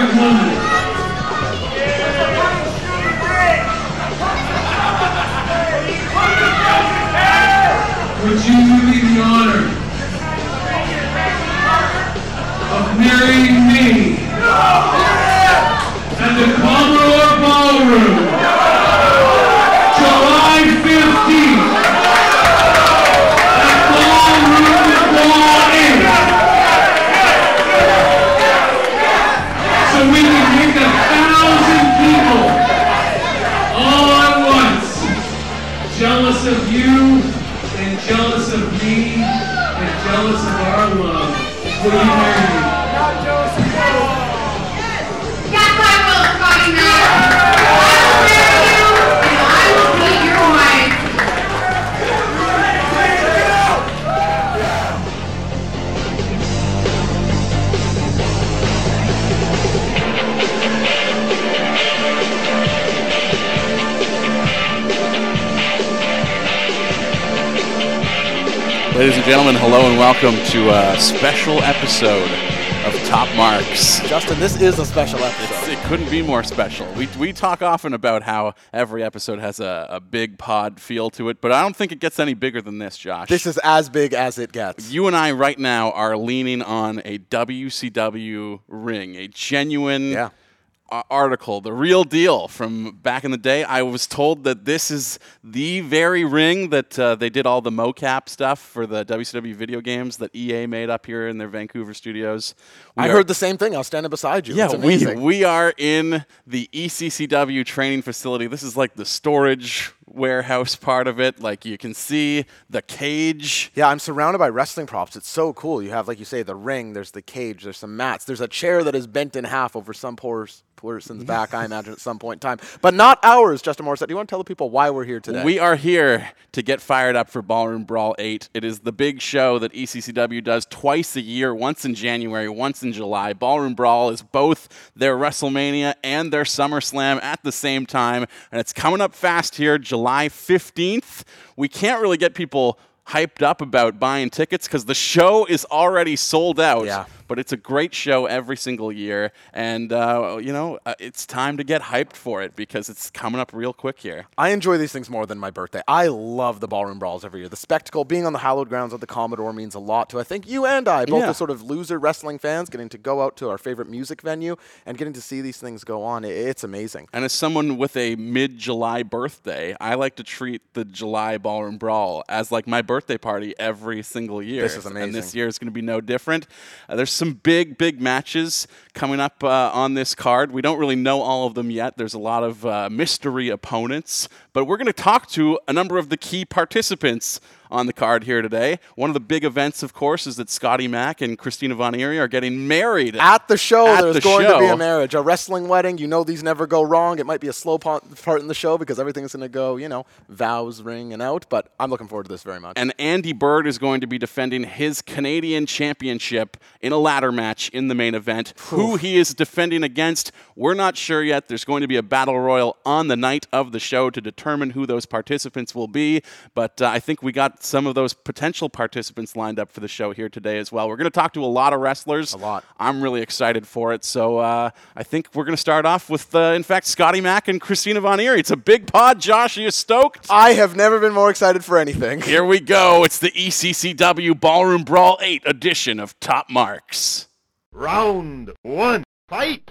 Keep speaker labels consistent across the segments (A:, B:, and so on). A: James London. Would you do me the honor of marrying me at the Commodore Ballroom, July 15th, at Ballroom Ball Inn? so we can make a thousand people all at once jealous of you and jealous of me and jealous of our love. Will you marry me?
B: Yes, I will, Scotty Miller. I will marry you, and I will be your wife.
C: Ladies and gentlemen, hello and welcome to a special episode of Top Marks.
D: Justin, this is a special episode.
C: It couldn't be more special. We, we talk often about how every episode has a, a big pod feel to it, but I don't think it gets any bigger than this, Josh.
D: This is as big as it gets.
C: you and I right now are leaning on a WCW ring, a genuine
D: Yeah.
C: a- article, the real deal from back in the day. I was told that this is the very ring that uh, they did all the mocap stuff for the WCW video games that EA made up here in their Vancouver studios. We
D: I
C: are-
D: heard the same thing. I was standing beside you.
C: Yeah,
D: it's
C: we,
D: amazing.
C: we are in the E ECCW training facility. This is like the storage warehouse part of it. Like you can see the cage.
D: yeah, I'm surrounded by wrestling props. It's so cool. You have, like you say, the ring. There's the cage. There's some mats. There's a chair that is bent in half over some poor s- person's back, I imagine, at some point in time. But not ours, Justin Morissette. Do you want to tell the people why we're here today?
C: We are here to get fired up for Ballroom Brawl 8. It is the big show that E ECCW does twice a year, once in January, once in July. Ballroom Brawl is both their WrestleMania and their SummerSlam at the same time, and it's coming up fast here, July 15th. We can't really get people hyped up about buying tickets because the show is already sold out.
D: Yeah.
C: But it's a great show every single year, and uh, you know uh, it's time to get hyped for it because it's coming up real quick here.
D: I enjoy these things more than my birthday. I love the ballroom brawls every year. The spectacle, being on the hallowed grounds of the Commodore, means a lot to I think you and I, both
C: Yeah.
D: as sort of loser wrestling fans, getting to go out to our favorite music venue and getting to see these things go on. I- It's amazing.
C: And as someone with a mid July birthday, I like to treat the July Ballroom Brawl as like my birthday party every single year.
D: This is
C: And this
D: amazing.
C: year is going to be no different. Uh, there's some big, big matches coming up uh, on this card. We don't really know all of them yet. There's a lot of uh, mystery opponents, but we're going to talk to a number of the key participants on the card here today. One of the big events, of course, is that Scotty Mack and Christina Von Erie are getting married
D: At the show,
C: At
D: Oh, there's
C: the
D: going to be
C: show.
D: a marriage, a wrestling wedding. You know these never go wrong. It might be a slow po- part in the show because everything's going to go, you know, vows ring and out. But I'm looking forward to this very much.
C: and Andy Bird is going to be defending his Canadian championship in a ladder match in the main event. Who he is defending against, we're not sure yet. There's going to be a battle royal on the night of the show to determine who those participants will be. But uh, I think we got some of those potential participants lined up for the show here today as well. We're going to talk to a lot of wrestlers. A
D: lot.
C: I'm really excited for it. So uh, I think we're going to start off with, uh, in fact, Scotty Mack and Christina Von Erie. It's a big pod, Josh. Are you stoked?
D: I have never been more excited for anything.
C: Here we go. It's the E ECCW Ballroom Brawl 8 edition of Top Marks.
E: Round one, fight!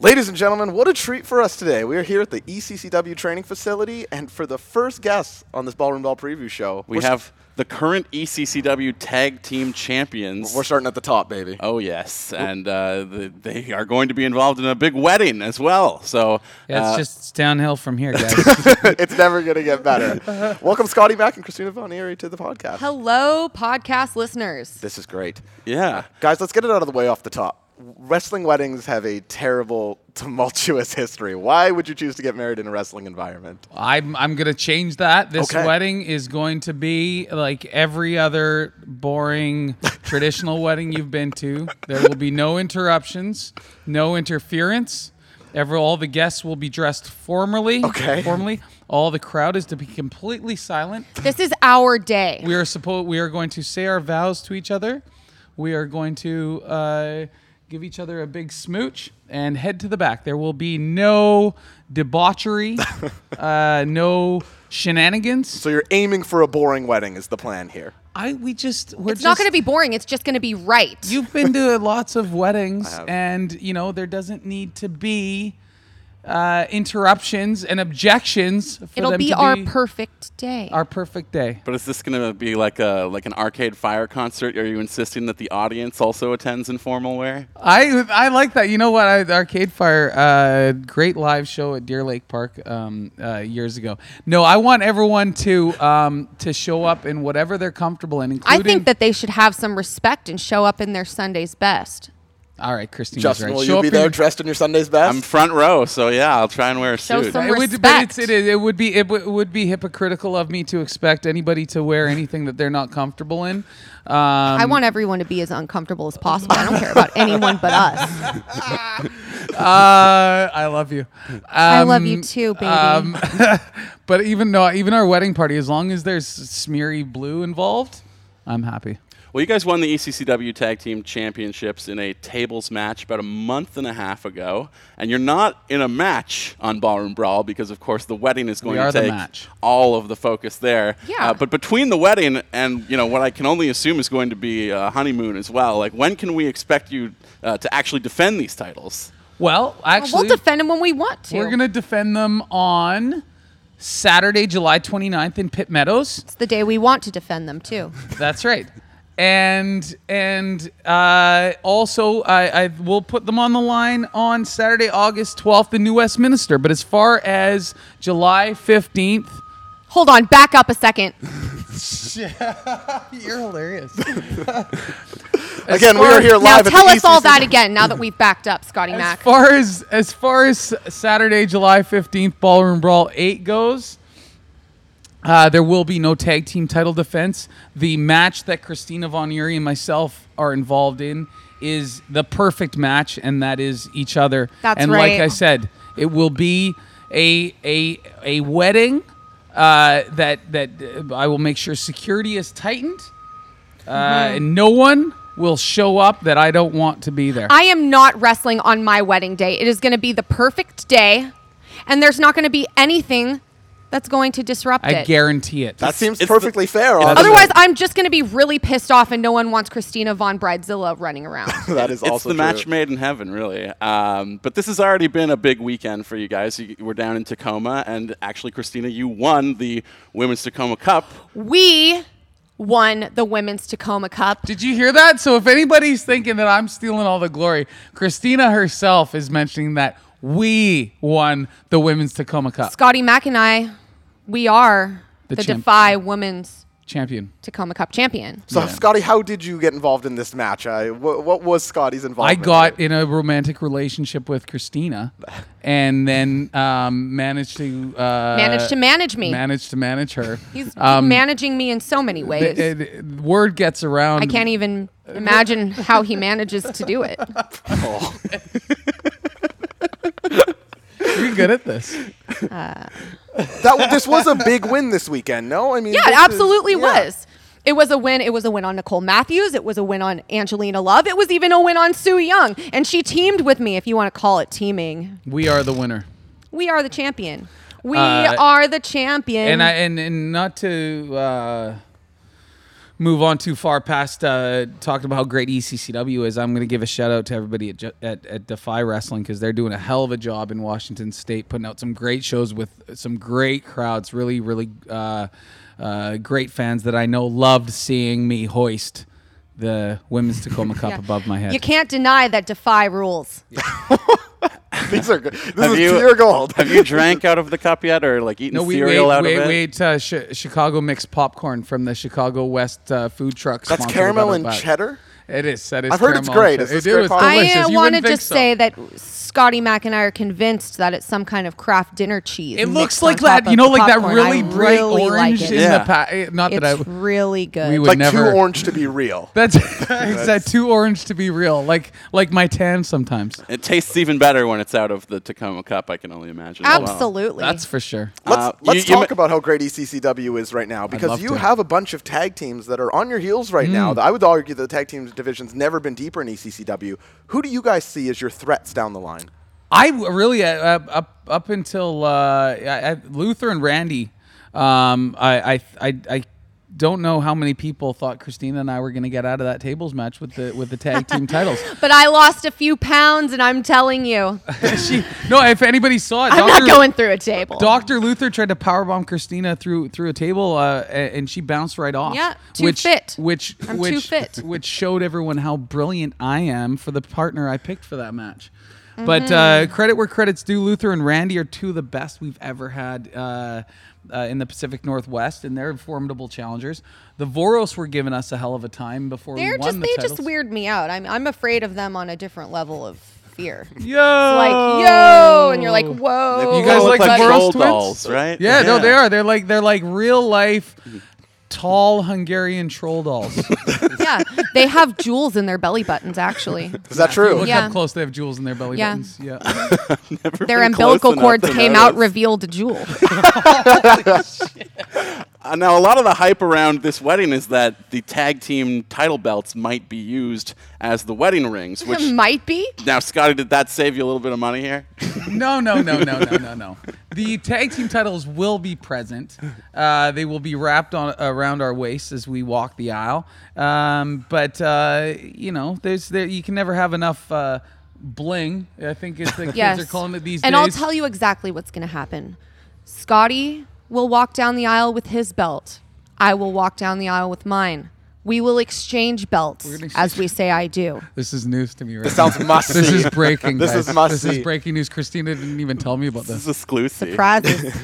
D: Ladies and gentlemen, what a treat for us today. We are here at the E ECCW training facility, and for the first guest on this Ballroom Ball preview show,
C: We
D: we're s-
C: have the current E ECCW Tag Team Champions.
D: we're starting at the top, baby.
C: Oh, yes. And uh, the, they are going to be involved in a big wedding as well. So,
F: Yeah, it's
C: uh,
F: just it's downhill from here, guys.
D: it's never going to get better. Welcome, Scotty Mack and Christina Von Erie, to the podcast.
G: Hello, podcast listeners.
D: This is great.
C: yeah.
D: Guys, let's get it out of the way off the top. Wrestling weddings have a terrible, tumultuous history. Why would you choose to get married in a wrestling environment?
F: I'm I'm gonna change that. This
D: Okay.
F: wedding is going to be like every other boring traditional wedding you've been to. There will be no interruptions, no interference. Ever all the guests will be dressed formally.
D: Okay.
F: Formally. All the crowd is to be completely silent.
G: This is our day.
F: We are supposed. We are going to say our vows to each other. We are going to uh, give each other a big smooch, and head to the back. There will be no debauchery, uh, no shenanigans.
D: So you're aiming for a boring wedding is the plan here.
F: I we just we're
G: It's not
F: just-
G: going to be boring. It's just going to be right.
F: You've been to lots of weddings,
D: have.
F: and you know there doesn't need to be uh, interruptions and objections. For
G: It'll
F: them
G: be
F: to
G: our
F: be
G: perfect day.
F: our perfect day.
C: But is this going to be like a like an arcade fire concert? Are you insisting that the audience also attends in formal wear?
F: I I like that. You know what? I, Arcade Fire, uh, great live show at Deer Lake Park um, uh, years ago. No, I want everyone to um, to show up in whatever they're comfortable in, including.
G: I think that they should have some respect and show up in their Sunday's best.
F: all right, Christine.
D: Justin,
F: right.
D: will
F: Show
D: you
F: up
D: be
F: in
D: there
F: your-
D: dressed in your Sunday's best?
C: I'm front row, so yeah, I'll try and wear a
G: Show
C: suit.
G: some-
F: It would, but
G: respect.
F: it's, it, is- it would be it, w- would be hypocritical of me to expect anybody to wear anything that they're not comfortable in. Um,
G: I want everyone to be as uncomfortable as possible. I don't care about anyone but us.
F: Uh, I love you.
G: I
F: Um,
G: love you too, baby.
F: um, but even no, even our wedding party, as long as there's smeary blue involved, I'm happy.
C: Well, you guys won the E ECCW Tag Team Championships in a tables match about a month and a half ago, and you're not in a match on Ballroom Brawl because, of course, the wedding is going
F: are
C: to
F: the
C: take
F: match.
C: all of the focus there.
G: Yeah.
C: Uh, but between the wedding and you know what I can only assume is going to be a honeymoon as well. Like, when can we expect you uh, to actually defend these titles?
F: Well, actually,
G: we'll defend them when we want to.
F: we're gonna defend them on Saturday, July 29th in Pitt Meadows.
G: it's the day we want to defend them too.
F: That's right. And and uh, also, I, I will put them on the line on Saturday, August twelfth in New Westminster. But as far as July fifteenth,
G: Hold on, back up a second.
F: you're hilarious.
D: Again, we are here live.
G: Now
D: at the
G: tell us all
D: ECCW.
G: that again. Now that we've backed up, Scotty
F: As
G: Mac.
F: far as as far as Saturday, July fifteenth, Ballroom Brawl eight goes, uh, there will be no tag team title defense. The match that Christina Von Uri and myself are involved in is the perfect match, and that is each other.
G: That's
F: and like
G: right.
F: I said, it will be a a a wedding uh, that that uh, I will make sure security is tightened, uh,
G: Mm-hmm.
F: and no one will show up that I don't want to be there.
G: I am not wrestling on my wedding day. It is going to be the perfect day, and there's not going to be anything that's going to disrupt
F: I
G: it.
F: guarantee it.
D: That
C: It's
D: seems
C: the-
D: perfectly fair. honestly.
G: Otherwise, I'm just going to be really pissed off, and no one wants Christina von Bridezilla running around.
D: that is
C: it's
D: also
C: the
D: true.
C: match made in heaven, really. Um, but this has already been a big weekend for you guys. You, you were down in Tacoma, and actually, Christina, you won the Women's Tacoma Cup.
G: we won the Women's Tacoma Cup.
F: Did you hear that? So if anybody's thinking that I'm stealing all the glory, Christina herself is mentioning that we won the women's Tacoma Cup
G: Scotty Mack and I, we are
F: The
G: the,
F: champ-
G: Defy Women's
F: champion.
G: Tacoma Cup champion.
D: So, Scotty, how did you get involved in this match? I, wh- what was Scotty's
F: I
D: involvement?
F: got in a romantic relationship with Christina, and then um, managed to uh,
G: Managed to manage me.
F: managed to manage her.
G: He's
F: Um,
G: managing me in so many ways.
F: It- it- word gets around.
G: I can't even imagine how he manages to do it.
F: You're good at this.
D: Uh, that. This was a big win this weekend. No, I mean,
G: Yeah,
D: this
G: it
D: is-
G: absolutely
D: yeah.
G: was. It was a win. It was a win on Nicole Matthews. It was a win on Angelina Love. It was even a win on Sue Young. And she teamed with me, if you want to call it teaming.
F: We are the winner.
G: We are the champion. We
F: Uh,
G: are the champion.
F: and I and, and not to uh, move on too far past uh, talking about how great ECCW is, I'm going to give a shout out to everybody at, Ju- at, at Defy Wrestling because they're doing a hell of a job in Washington State, putting out some great shows with some great crowds, really, really uh, uh, great fans that I know loved seeing me hoist the women's Tacoma Cup
G: Yeah.
F: above my head.
G: You can't deny that Defy rules.
D: These are good. This
C: Have
D: is
C: you-
D: pure gold.
C: Have you drank out of the cup yet, or like eaten
F: No, we
C: cereal
F: we
C: out
F: we,
C: of it?
F: we ate uh, Chi- Chicago mixed popcorn from the Chicago West uh, food truck.
D: That's
F: sponsored
D: caramel
F: by
D: and
F: Bud.
D: cheddar.
F: It is. That is.
D: I've heard it's
F: caramel
D: great.
F: and
D: Is
F: cheddar.
D: this
F: It- it
D: great
F: was
D: quality?
F: delicious.
G: I want
F: You
G: to
F: wouldn't think
G: just
F: so.
G: say that Scotty Mac and I are convinced that it's some kind of craft dinner cheese.
F: It looks
G: mixed on
F: like that.
G: top
F: You know,
G: of
F: like that
G: popcorn. I
F: really bright
G: really
F: orange
G: Like
F: in
G: it.
C: Yeah.
F: the pa- eh, Not that I.
G: It's really good.
F: we would
D: Like
F: never.
D: too orange to be real.
F: That's it's that too orange to be real. Like like my tan sometimes.
C: It tastes even better when it's out of the Tacoma Cup. I can only imagine. as well.
G: Absolutely.
F: That's for sure.
D: Let's,
C: Uh,
D: let's
C: you- you
D: talk
C: ma-
D: about how great E ECCW is right now because
F: love
D: you
F: to. Mm.
D: have a bunch of tag teams that are on your heels right now. I would argue that the tag teams the division's never been deeper in E ECCW. Who do you guys see as your threats down the line?
F: I w- really uh, uh, up up until uh, I, I, Luther and Randy, um, I, I I I don't know how many people thought Christina and I were going to get out of that tables match with the with the tag team titles.
G: But I lost a few pounds, and I'm telling you,
F: she no, if anybody saw it,
G: I'm
F: Dr.
G: not going through a table.
F: Doctor Luther tried to powerbomb Christina through through a table, uh, a- and she bounced right off.
G: Yeah, too
F: which,
G: fit.
F: Which
G: I'm too
F: which
G: fit.
F: which showed everyone how brilliant I am for the partner I picked for that match.
G: Mm-hmm.
F: But uh, credit where credit's due, Luther and Randy are two of the best we've ever had uh, uh, in the Pacific Northwest, and they're formidable challengers. The Voros were giving us a hell of a time before
G: They're
F: we won
G: just
F: the
G: they
F: titles.
G: just weird me out. I'm I'm afraid of them on a different level of fear.
F: Yo,
G: like yo, and you're like whoa.
F: You guys
C: They
F: like
C: look
F: the Burroughs
C: doll
F: twins?
C: dolls, right? Mm-hmm.
F: Yeah, no, they are. They're like they're like real life tall Hungarian troll dolls.
G: yeah, they have jewels in their belly buttons. Actually,
D: Is that true?
F: Look
G: Yeah.
F: up close. They have jewels in their belly
G: Yeah.
F: buttons. Yeah.
G: their
C: been close
G: umbilical
C: enough
G: cords
C: to
G: came out
C: notice.
G: revealed a jewel.
C: Uh, now, a lot of the hype around this wedding is that the tag team title belts might be used as the wedding rings. Which
G: Might be.
C: now, Scotty, did that save you a little bit of money here?
F: No, no, no, no, no, no, no. The tag team titles will be present. Uh, they will be wrapped on around our waists as we walk the aisle. Um, but uh, you know, there's there you can never have enough uh, bling. I think it's the
G: Yes.
F: kids are calling it these
G: and
F: days.
G: I'll tell you exactly what's going to happen. Scotty will walk down the aisle with his belt. I will walk down the aisle with mine. We will exchange belts
F: gonna
G: as we say I do.
F: This is news to me right now.
D: Sounds must
F: This
D: see.
F: is breaking.
D: This
F: guys.
D: is must
F: This
D: see.
F: is breaking news. Christina didn't even tell me about this.
C: This is exclusive.
G: Prizes.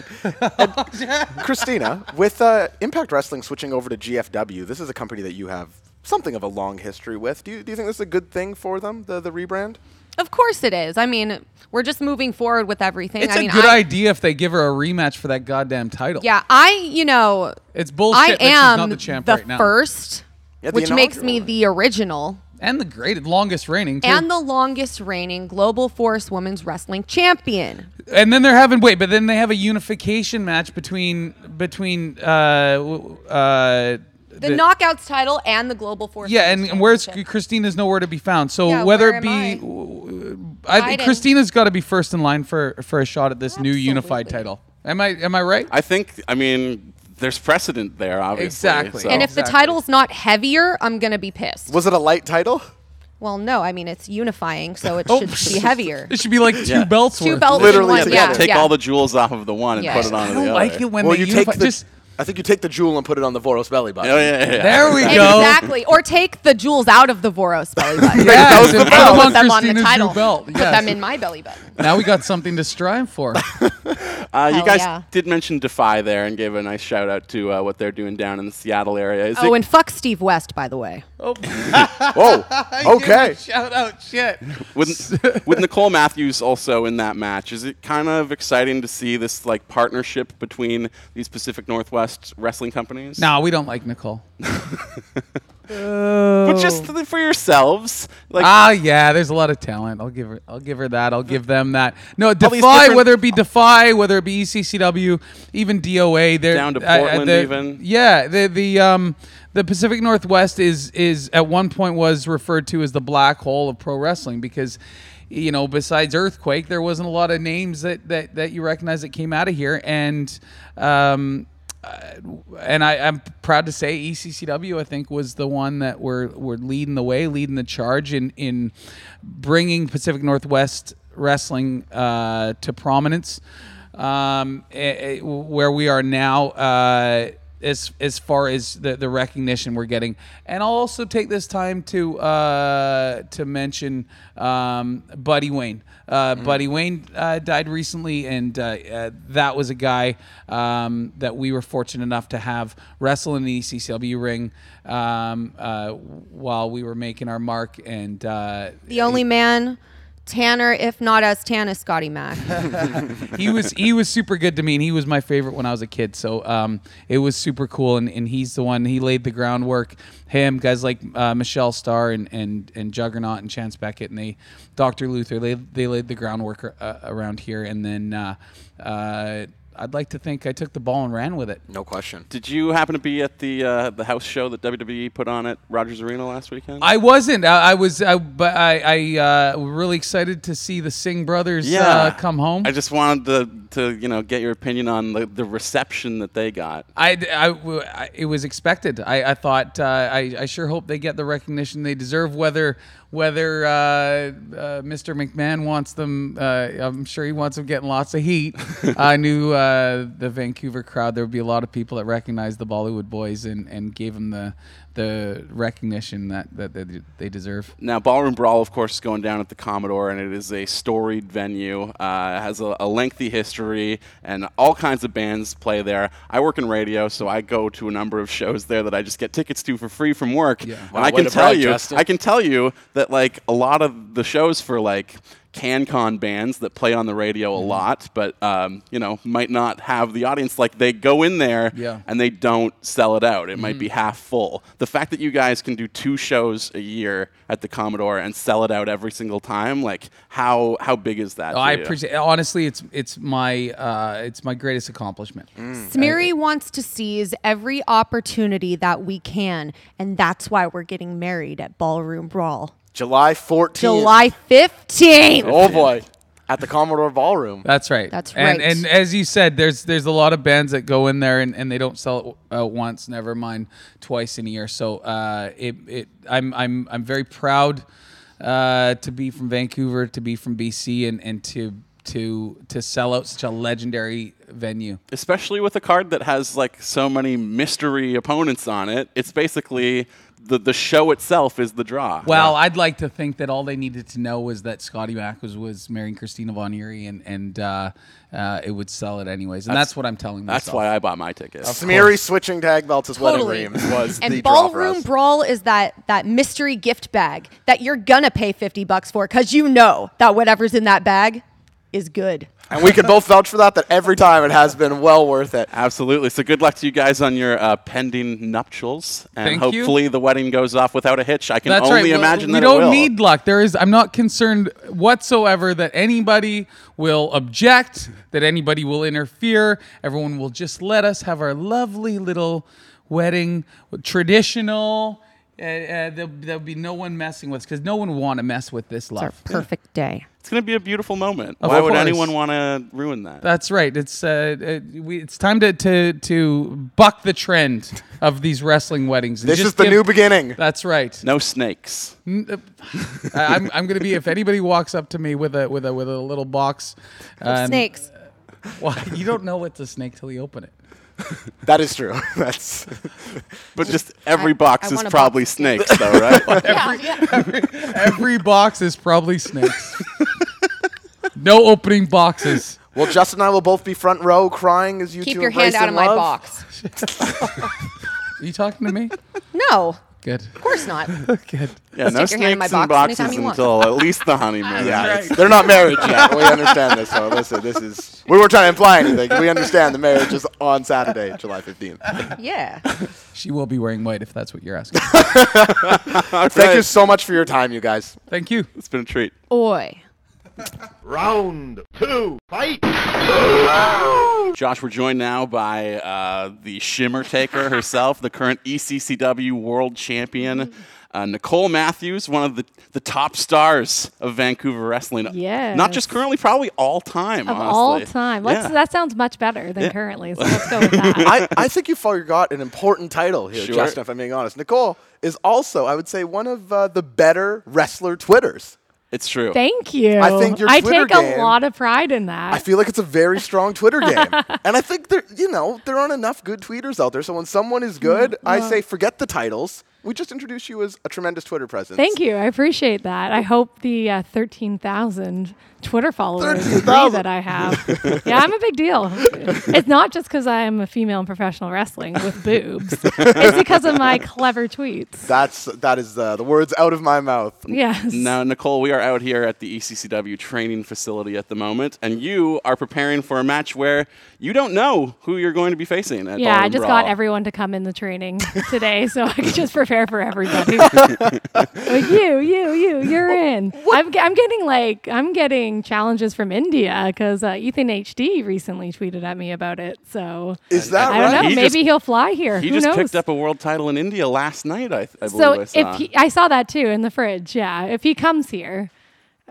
D: Christina, with uh, Impact Wrestling switching over to GFW, this is a company that you have something of a long history with. Do you, do you think this is a good thing for them, the, the rebrand?
G: Of course it is. I mean, we're just moving forward with everything.
F: It's
G: I
F: a
G: mean,
F: good
G: I,
F: idea if they give her a rematch for that goddamn title.
G: Yeah, I, you know,
F: It's bullshit
G: I
F: that she's
G: am
F: not the champ right now.
G: first,
D: Yeah, the
G: which makes
D: inaugural
G: me
D: one.
G: the original
F: and the greatest, longest reigning. Too.
G: and the longest reigning Global Force Women's Wrestling Champion.
F: and then they're having wait, but then they have a unification match between between uh w- uh.
G: The, knockouts title and the Global Force.
F: yeah,
G: Women's
F: and, and where's
G: Championship.
F: Christina's nowhere to be found. So
G: Yeah,
F: whether
G: where
F: it
G: am I?
F: be, I think
G: Hiding.
F: Christina's got to be first in line for for a shot at this new unified
G: Absolutely.
F: title. Am I am I right?
C: I think. I mean, there's precedent there, obviously.
F: Exactly.
C: so-
G: And if the
F: Exactly.
G: title's not heavier, I'm gonna be pissed.
D: Was it a light title?
G: well, no, I mean it's unifying, so it
F: Oh.
G: should be heavier.
F: it should be like two
C: Yeah.
F: belts.
G: Two
F: worth.
G: belts, in
D: Literally
G: one.
D: together.
G: Yeah,
C: take
G: yeah.
C: all the jewels off of the one and
G: Yeah.
C: put it
G: I
C: on
F: I
C: the
F: don't
C: other.
F: like it when
D: well,
F: they
D: you
F: unify.
D: take the,
F: just
D: I think you take the jewel and put it on the Voros belly button.
C: Oh yeah, yeah, yeah.
F: there we go.
G: Exactly. Or take the jewels out of the Voros belly button.
F: Yeah,
D: That was
F: and
D: the
F: put
D: belt.
F: them
G: Put
F: on
G: them on the
F: Christina's new
G: title.
F: belt.
G: Put
F: Yes.
G: them in my belly button.
F: Now we got something to strive for.
C: Uh, you
G: Hell
C: guys
G: yeah.
C: did mention Defy there and gave a nice shout out to uh, what they're doing down in the Seattle area. Is
G: Oh,
C: it,
G: and fuck Steve West, by the way.
F: Oh.
C: Oh,
D: Whoa. Okay.
F: Shout out, shit.
C: with, with Nicole Matthews also in that match, is it kind of exciting to see this like partnership between these Pacific Northwest wrestling companies?
F: No, we don't like Nicole.
C: but just th- for yourselves, like
F: Ah, yeah. There's a lot of talent. I'll give her. I'll give her that. I'll give them that. No,
C: these
F: Defy,
C: different-
F: whether it be Defy, whether it be E ECCW, even DOA. They're
C: Down to
F: uh, uh,
C: Portland
F: they're-
C: even.
F: Yeah, the the um the Pacific Northwest is is at one point was referred to as the black hole of pro wrestling because you know besides earthquake there wasn't a lot of names that that, that you recognize that came out of here and um uh, and I, I'm proud to say E ECCW I think was the one that were were leading the way leading the charge in in bringing Pacific Northwest wrestling uh, to prominence um, eh, eh, where we are now uh, as as far as the, the recognition we're getting. And I'll also take this time to uh, to mention um, Buddy Wayne. Uh, Buddy Wayne uh, died recently, and uh, uh, that was a guy um, that we were fortunate enough to have wrestle in the E ECW ring um, uh, while we were making our mark. And uh,
G: The only man, Tanner, if not as tan as Scotty Mack.
F: he was he was super good to me and he was my favorite when I was a kid. So um, it was super cool and, and he's the one he laid the groundwork. Him, guys like uh, Michelle Starr and, and and Juggernaut and Chance Beckett and they Dr. Luther, they they laid the groundwork uh, around here and then uh, uh, I'd like to think I took the ball and ran with it.
D: No question.
C: Did you happen to be at the uh, the house show that WWE put on at Rogers Arena last weekend?
F: I wasn't. I, I was, I, but I, I uh, was really excited to see the Singh brothers uh, come home.
C: I just wanted to, to you know get your opinion on the, the reception that they got.
F: I, I- w- I- it was expected. I, I thought uh, I, I sure hope they get the recognition they deserve. Whether whether uh, uh, Mr. McMahon wants them, uh, I'm sure he wants them getting lots of heat. I knew uh, the Vancouver crowd. There would be a lot of people that recognized the Bollywood boys and, and gave them the the recognition that that, that they deserve.
C: Now, Ballroom Brawl, of course, is going down at the Commodore, and it is a storied venue. Uh, it has a, a lengthy history, and all kinds of bands play there. I work in radio, so I go to a number of shows there that I just get tickets to for free from work. and I
D: way
C: can
D: to
C: tell
D: brag,
C: you,
D: Justin.
C: I can tell you that like a lot of the shows for like CanCon bands that play on the radio a lot, but um, you know might not have the audience. Like they go in there
F: Yeah.
C: and they don't sell it out. It might
F: Mm-hmm.
C: be half full. The fact that you guys can do two shows a year at the Commodore and sell it out every single time, like how how big is that?
F: Oh,
C: for
F: I
C: you?
F: appreciate. Honestly, it's it's my uh, it's my greatest accomplishment.
G: Smeary wants to seize every opportunity that we can, and that's why we're getting married at Ballroom Brawl.
D: July 14th.
G: July 15th.
D: Oh boy. At the Commodore Ballroom.
F: That's right.
G: That's
F: And,
G: right.
F: and as you said, there's there's a lot of bands that go in there and, and they don't sell it out once, never mind twice in a year. So uh, it it I'm I'm I'm very proud uh, to be from Vancouver, to be from BC, and and to to to sell out such a legendary venue.
C: especially with a card that has like so many mystery opponents on it. It's basically the the show itself is the draw.
F: Well, I'd like to think that all they needed to know was that Scotty Mack was, was marrying Christina Von Erie, and and uh, uh, it would sell it anyways. And that's, what I'm telling myself.
C: that's why I bought my ticket.
D: Smeary switching tag belts is
G: Totally.
D: wedding dreams was the
G: and
D: draw for
G: Ballroom
D: us.
G: Brawl is that that mystery gift bag that you're gonna pay 50 bucks for cuz you know that whatever's in that bag is good.
D: and we can both vouch for that. That every time it has been well worth it.
C: Absolutely. So good luck to you guys on your uh, pending nuptials, and
F: Thank you.
C: hopefully the wedding goes off without a hitch. I can only
F: Well,
C: imagine
F: we
C: that it
F: don't
C: will.
F: need luck. There is. I'm not concerned whatsoever that anybody will object, that anybody will interfere. Everyone will just let us have our lovely little wedding, traditional. Uh, uh, there'll, there'll be no one messing with us because no one will want to mess with this
G: It's our
F: love.
G: perfect day.
C: It's going to be a beautiful moment.
F: Of
C: Why would
F: course.
C: anyone want to ruin that?
F: That's right. It's uh, uh, we, it's time to, to to buck the trend of these wrestling weddings. and
D: This
F: just
D: is the
F: give-
D: new beginning.
F: That's right.
C: no snakes.
F: uh, I- I'm, I'm gonna be if anybody walks up to me with a with a with a little box, um,
G: Snakes.
F: Well, you don't know what's a snake till you open it.
D: That is true. That's
C: But just every
G: I-
C: box
G: I
C: is
G: want a
C: probably
G: box.
C: snakes, though, right?
F: Every box is probably snakes. no opening boxes.
D: well. Justin and I will both be front row crying as you
G: Keep
D: two
G: your hand
D: embrace
G: out
D: and
G: of my
D: love.
G: box.
F: Are you talking to me?
G: No, of
F: Good.
G: course not.
F: Good.
C: yeah, no
G: Stick your hand in
C: snakes
G: my
C: in
G: box anytime
C: boxes
G: you want.
C: until at least the honeymoon.
D: Yeah, it's- they're not married yet. We understand this. So listen, this is we weren't trying to imply anything. We understand the marriage is on Saturday, July fifteenth.
G: Yeah.
F: She will be wearing white if that's what you're asking.
D: Thank you so much for your time, you guys.
F: Thank you.
C: It's been a treat.
G: Oi.
E: Round two. Fight!
C: Josh, we're joined now by uh, the Shimmer Taker herself, the current E ECCW World Champion, uh, Nicole Matthews, one of the, the top stars of Vancouver wrestling.
H: Yes.
C: Not just currently, probably all time.
H: Of
C: honestly.
H: all time. Let's,
C: Yeah.
H: That sounds much better than currently, so let's go with that.
D: I, I think you forgot an important title here,
C: Sure.
D: Justin, if I'm being honest. Nicole is also, I would say, one of uh, the better wrestler Twitters.
C: It's true.
H: Thank you.
D: I think your
H: I
D: Twitter
H: take
D: game-
H: a lot of pride in that.
D: I feel like it's a very strong Twitter game. And I think there, you know, there aren't enough good tweeters out there. So when someone is good, I
H: Mm-hmm.
D: say forget the titles. We just introduce you as a tremendous Twitter presence.
H: Thank you. I appreciate that. I hope the uh, 13,000 Twitter followers agree
D: 13,000.
H: that I have. yeah, I'm a big deal. It's not just because I'm a female in professional wrestling with boobs. it's because of my clever tweets.
D: That's that is uh, the words out of my mouth.
H: Yes.
C: Now, Nicole, we are out here at the E ECCW training facility at the moment, and you are preparing for a match where you don't know who you're going to be facing. At
H: Yeah, I
C: Ballroom
H: just
C: Brawl.
H: got everyone to come in the training today, so I could just prepare fair for everybody. like Oh, you, you, you, you're in. I'm, ge- I'm getting like I'm getting challenges from India because uh, Ethan HD recently tweeted at me about it. So
D: Is that
H: I don't
D: right?
H: know.
C: He
H: maybe
C: just-
H: he'll fly here.
C: He
H: Who
C: just
H: knows?
C: picked up a world title in India last night. I, I believe
H: so
C: I
H: if
C: saw.
H: he, I saw that too in the fridge. Yeah, if he comes here,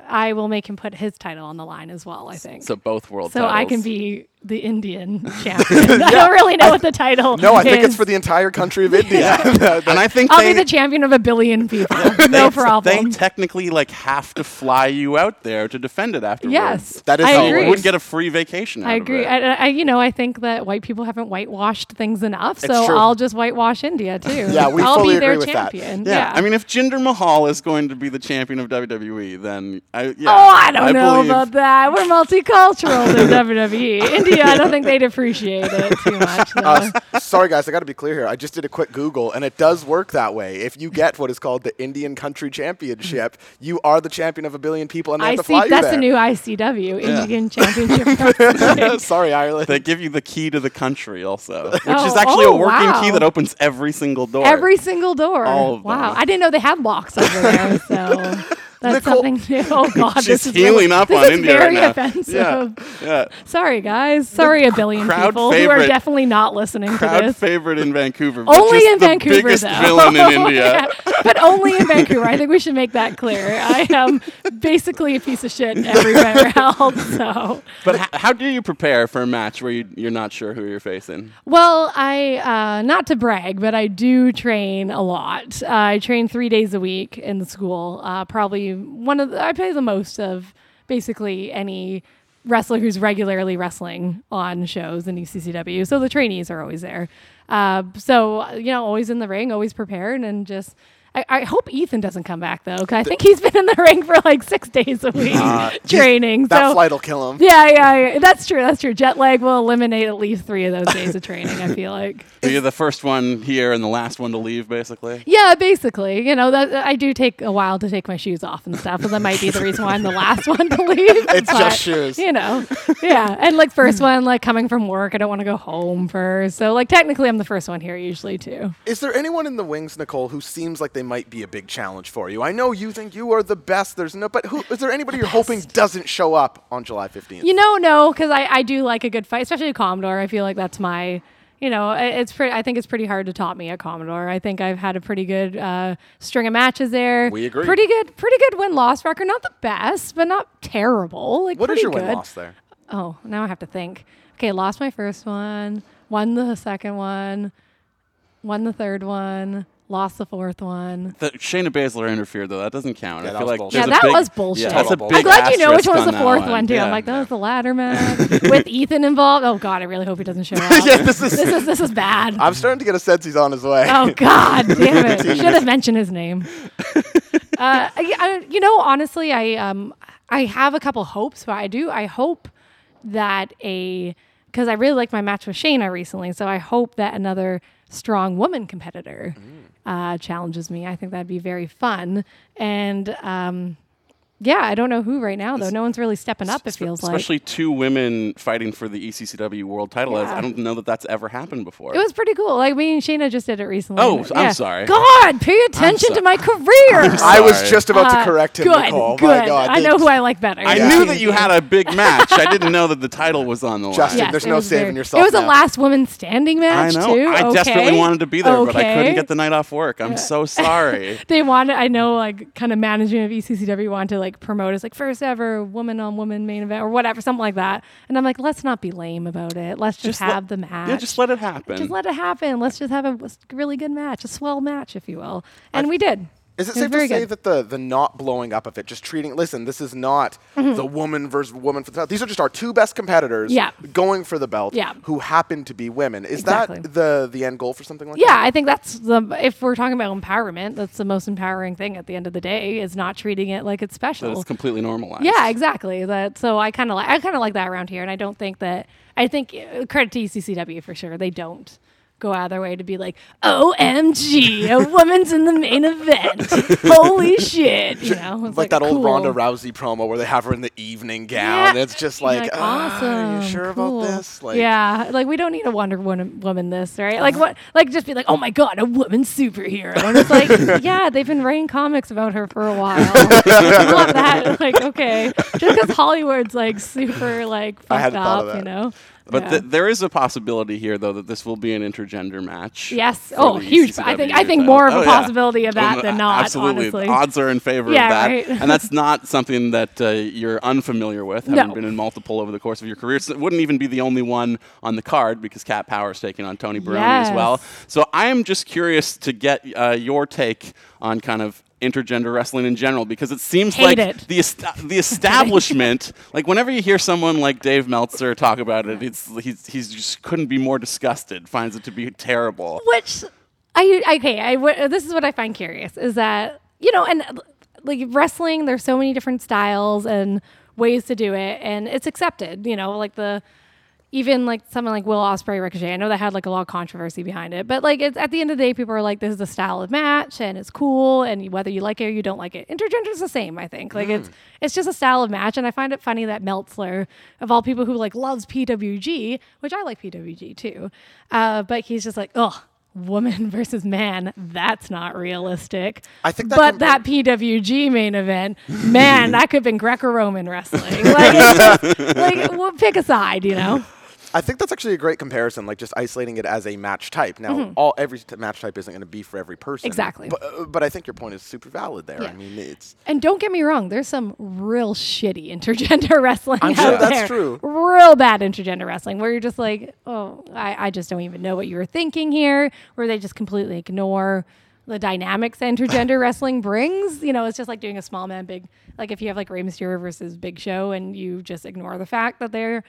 H: I will make him put his title on the line as well. I think.
C: so both world
H: So
C: titles.
H: I can be the Indian champion. I don't really know what the title.
D: No, I think it's
H: is.
D: for the entire country of India.
C: And I think
H: I'll
C: they,
H: be the champion of a billion people. No
C: they
H: problem.
C: technically like have to fly you out there to defend it afterwards.
H: yes,
D: That is
H: I
D: how
C: So
D: it
H: agree.
C: you wouldn't get a free vacation. Out
H: I
C: of
H: agree.
C: it.
H: I, I, you know, I think that white people haven't whitewashed things enough, so
D: true.
H: I'll just whitewash India too.
D: Yeah, we
H: I'll
D: fully
H: be their
D: agree with that.
H: champion.
C: yeah. I mean, if Jinder Mahal is going to be the champion of WWE, then I yeah.
H: Oh, I don't know
C: believe-
H: about that. We're multicultural in WWE. India, I don't think they'd appreciate it too much. so.
D: Uh, Sorry, guys, I got to be clear here. I just did a quick Google, and it does work that way. If you get what is called the Indian Country Championship, you are the champion of a billion people, and they
H: I
D: have to
H: see.
D: fly
H: That's
D: you
H: the
D: there.
H: new ICW Indian Championship.
D: Sorry, Ireland.
C: They give you the key to the country also, which is
H: Oh,
C: actually a
H: oh,
C: working
H: wow.
C: key that opens every single door.
H: Every single door.
C: All of
H: wow.
C: them.
H: I didn't know they had locks over there. So that's
D: Nicole-
H: something new. Oh, God.
C: She's
H: this is
C: healing
H: really-
C: up
H: this
C: on
H: is
C: India
H: very
C: right now.
H: offensive.
C: Yeah, yeah.
H: Sorry, guys. Sorry, a billion
C: crowd
H: people who
C: favorite-
H: are definitely not listening
C: Crowd
H: to this.
C: favorite in Vancouver. but
H: Only
C: just
H: in
C: the
H: Vancouver,
C: biggest
H: though.
C: villain in India.
H: Yeah, but only in Vancouver. I think we should make that clear. I am basically a piece of shit everywhere else. So.
C: But h- how do you prepare for a match where you, you're not sure who you're facing?
H: Well, I uh, not to brag, but I do train a lot. Uh, I train three days a week in the school. Uh, probably one of the, I play the most of basically any wrestler who's regularly wrestling on shows in E ECCW. So the trainees are always there. Uh, so you know, always in the ring, always prepared, and just. I, I hope Ethan doesn't come back though, 'cause I think he's been in the ring for like six days a week training.
D: Uh, that
H: so
D: flight will kill him.
H: yeah, yeah, yeah. That's true. That's true. Jet lag will eliminate at least three of those days of training, I feel like.
C: So you're the first one here and the last one to leave, basically.
H: Yeah, basically. You know, that I do take a while to take my shoes off and stuff, and that might be the reason why I'm the last one to leave.
D: It's just shoes.
H: You know. Yeah. And like first one, like coming from work, I don't want to go home first. So like technically I'm the first one here usually too.
D: Is there anyone in the wings, Nicole, who seems like they might be a big challenge for you? I know you think you are the best. There's no, but who is there anybody you're hoping doesn't show up on July 15th?
H: You know, no, because I, I do like a good fight, especially at Commodore. I feel like that's my, you know, i- it's pretty. I think it's pretty hard to top me at Commodore. I think I've had a pretty good uh, string of matches there.
D: We agree.
H: Pretty good, pretty good win loss record. Not the best, but not terrible. Like
D: what is
H: pretty
D: your
H: good.
D: win loss there?
H: Oh, now I have to think. Okay, lost my first one, won the second one, won the third one, lost the fourth one.
C: The, Shayna Baszler interfered though. That doesn't count.
D: Yeah,
C: I
D: that
C: feel
D: was
C: like
D: bullshit.
H: yeah,
C: there's a
H: that
C: big-
H: was bullshit.
C: Yeah, that's a
D: Total
C: big
H: I'm glad you know which
C: asterisk
H: one's
C: on
H: the
C: that
H: fourth
C: one.
H: one, too.
C: Yeah.
H: I'm like, that was the ladder match with Ethan involved. Oh God, I really hope he doesn't show up.
D: this is-
H: this is this is bad.
D: I'm starting to get a sense he's on his way.
H: oh God, damn it! Should have mentioned his name. Uh, I, I- you know, honestly, I um I have a couple hopes, but I do I hope that a because I really liked my match with Shayna recently, so I hope that another strong woman competitor
C: Mm.
H: uh, challenges me. I think that'd be very fun and. um yeah, I don't know who right now though. No one's really stepping up. It feels like
C: Especially two women fighting for the E ECCW world title. I don't know that that's ever happened before.
H: It was pretty cool. Like me and Shayna just did it recently.
C: Oh, I'm sorry.
H: God, pay attention to
C: so-
H: my career.
D: I was
C: Sorry.
D: just about
H: Uh,
D: to correct him,
H: good,
D: Nicole.
H: Good.
D: My God,
H: I
D: they-
H: know who I like better.
C: I
D: Yeah.
C: knew that you had a big match. I didn't know that the title was on the line.
D: Justin,
H: Yes,
D: There's
H: it
D: no
H: was
D: saving
H: very-
D: yourself
H: It was a
D: now.
H: last woman standing
C: I
H: match
C: know.
H: too.
C: I desperately
H: Okay.
C: wanted to be there, but I couldn't
H: Okay.
C: get the night off work. I'm so sorry.
H: They wanted. I know, like, kind of management of E ECCW wanted to like promote us like first ever woman on woman main event or whatever, something like that. And I'm like, let's not be lame about it. Let's just,
C: let-
H: have the match.
C: Yeah, just let it happen.
H: Just let it happen. Let's just have a s- really good match, a swell match, if you will. And we did.
D: Is it
H: was
D: safe to
H: very
D: say
H: good.
D: that the the not blowing up of it, just treating? Listen, this is not the woman versus woman for the title. These are just our two best competitors
H: Mm-hmm. Yeah.
D: going for the belt,
H: Yeah.
D: who happen to be women. Is
H: Exactly.
D: that the the end goal for something like
H: Yeah,
D: that?
H: I think that's the if we're talking about empowerment, that's the most empowering thing at the end of the day is not treating it like it's
C: That
H: special.
C: it's completely normalized.
H: yeah, exactly. That so I kind of E like I kind of like that around here, and I don't think that I think uh, credit to ECCW for sure they don't go out of their way to be like, OMG, a woman's in the main event. Holy shit. You know,
D: Like,
H: it's
D: that old
H: cool.
D: Ronda Rousey promo where they have her in the evening
H: Yeah.
D: gown. It's just
H: You're
D: like, "Ah, Are you sure
H: cool."
D: about this? Like, Uh-huh.
H: yeah, like we don't need a Wonder Woman, woman this, right? Like what? Like just be like, oh my god, a woman superhero. And it's like, yeah, they've been writing comics about her for a while. Love that. Like okay, just because Hollywood's like super like
D: I
H: fucked
D: hadn't thought of
H: up, you
D: that.
H: know.
C: But
H: Yeah.
C: th- there is a possibility here, though, that this will be an intergender match.
H: Yes.
C: for
H: Oh,
C: the
H: huge.
C: ECW
H: I think I think
C: title.
H: more of
C: Oh,
H: a
C: yeah.
H: possibility of that
C: Um,
H: than
C: a-
H: not.
C: Absolutely.
H: Honestly.
C: Odds are in favor
H: Yeah,
C: of that.
H: right.
C: and that's not something that uh, you're unfamiliar with, having
H: No.
C: been in multiple over the course of your career. So it wouldn't even be the only one on the card because Cat Power is taking on Tony Baroni as
H: Yes.
C: well. So I am just curious to get uh, your take on kind of intergender wrestling in general because it seems
H: Hate
C: like
H: it.
C: the est- the establishment like whenever you hear someone like Dave Meltzer talk about it it's he's he's just couldn't be more disgusted finds it to be terrible
H: Which I okay, I w- this is what I find curious is that you know, and uh, like wrestling, there's so many different styles and ways to do it, and it's accepted. You know, like the even like someone like Will Osprey Ricochet. I know that had like a lot of controversy behind it, but like it's at the end of the day, people are like, this is the style of match, and it's cool, and whether you like it or you don't like it, intergender is the same. I think like
D: Mm.
H: it's it's just a style of match, and I find it funny that Meltzler, of all people who like loves PWG, which I like PWG too, uh, but he's just like, oh. Woman versus man, that's not realistic.
D: I think that
H: but
D: can-
H: that PWG main event, man, that could have been Greco-Roman wrestling. Like, it's just, like, we'll pick a side, you know.
D: I think that's actually a great comparison, like just isolating it as a match type. Now, all every t- match type isn't going to be for every person.
H: Mm-hmm. Exactly.
D: But, uh, but I think your point is super valid there. I
H: Yeah.
D: mean, it's
H: And don't get me wrong, there's some real shitty intergender wrestling.
D: I'm
H: out
D: sure that's
H: there.
D: true.
H: Real bad intergender wrestling where you're just like, oh, I, I just don't even know what you were thinking here, where they just completely ignore the dynamics that intergender wrestling brings. You know, it's just like doing a small man big, like if you have like Rey Mysterio versus Big Show and you just ignore the fact that they're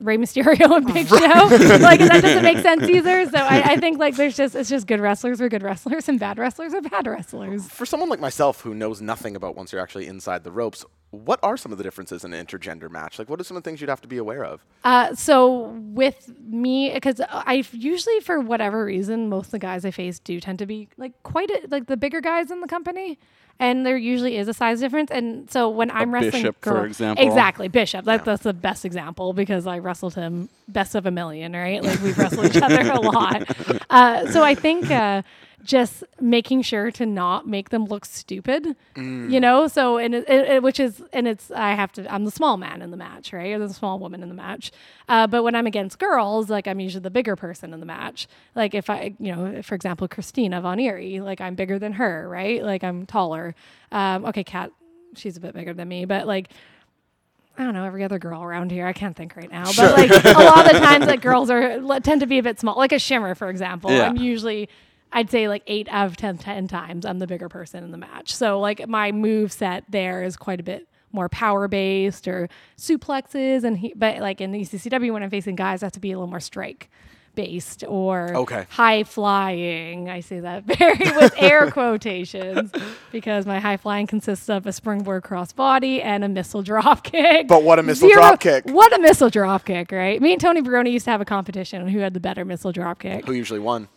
H: Rey Mysterio and Big Show, like that doesn't make sense either. So I, I think like there's just it's just good wrestlers are good wrestlers and bad wrestlers are bad wrestlers.
D: for someone like myself who knows nothing about once you're actually inside the ropes. What are some of the differences in an intergender match? Like, what are some of the things you'd have to be aware of?
H: Uh, so with me, because I usually, for whatever reason, most of the guys I face do tend to be like quite a, like the bigger guys in the company, and there usually is a size difference. And so when I'm wrestling,
C: bishop, for
H: girl-
C: example.
H: exactly bishop. That, That's the best example because I wrestled him best of a million, right? Like we've wrestled each other a lot. Uh, so I think. Uh, just making sure to not make them look stupid, you know. So and it, it, it- which is and it's I have to I'm the small man in the match, right? Or the small woman in the match. Uh, but when I'm against girls, like I'm usually the bigger person in the match. Like if I, you know, for example, Christina Von Erie, like I'm bigger than her, right? Like I'm taller. Um, okay, Kat, she's a bit bigger than me, but like. I don't know every other girl around here. I can't think right now, but like a lot of the times, like girls are le- tend to be a bit small. Like a shimmer, for example,
C: Yeah.
H: I'm usually, I'd say like eight out of 10, 10 times I'm the bigger person in the match. So like my move set there is quite a bit more power based or suplexes, and he, but like in E the ECCW when I'm facing guys, I have to be a little more strike based or
D: Okay.
H: high flying. I say that very with air quotations because my high flying consists of a springboard crossbody and a missile drop kick.
D: But what a missile drop kick.
H: What a missile drop kick, right? Me and Tony Baroni used to have a competition on who had the better missile drop kick.
D: Who usually won?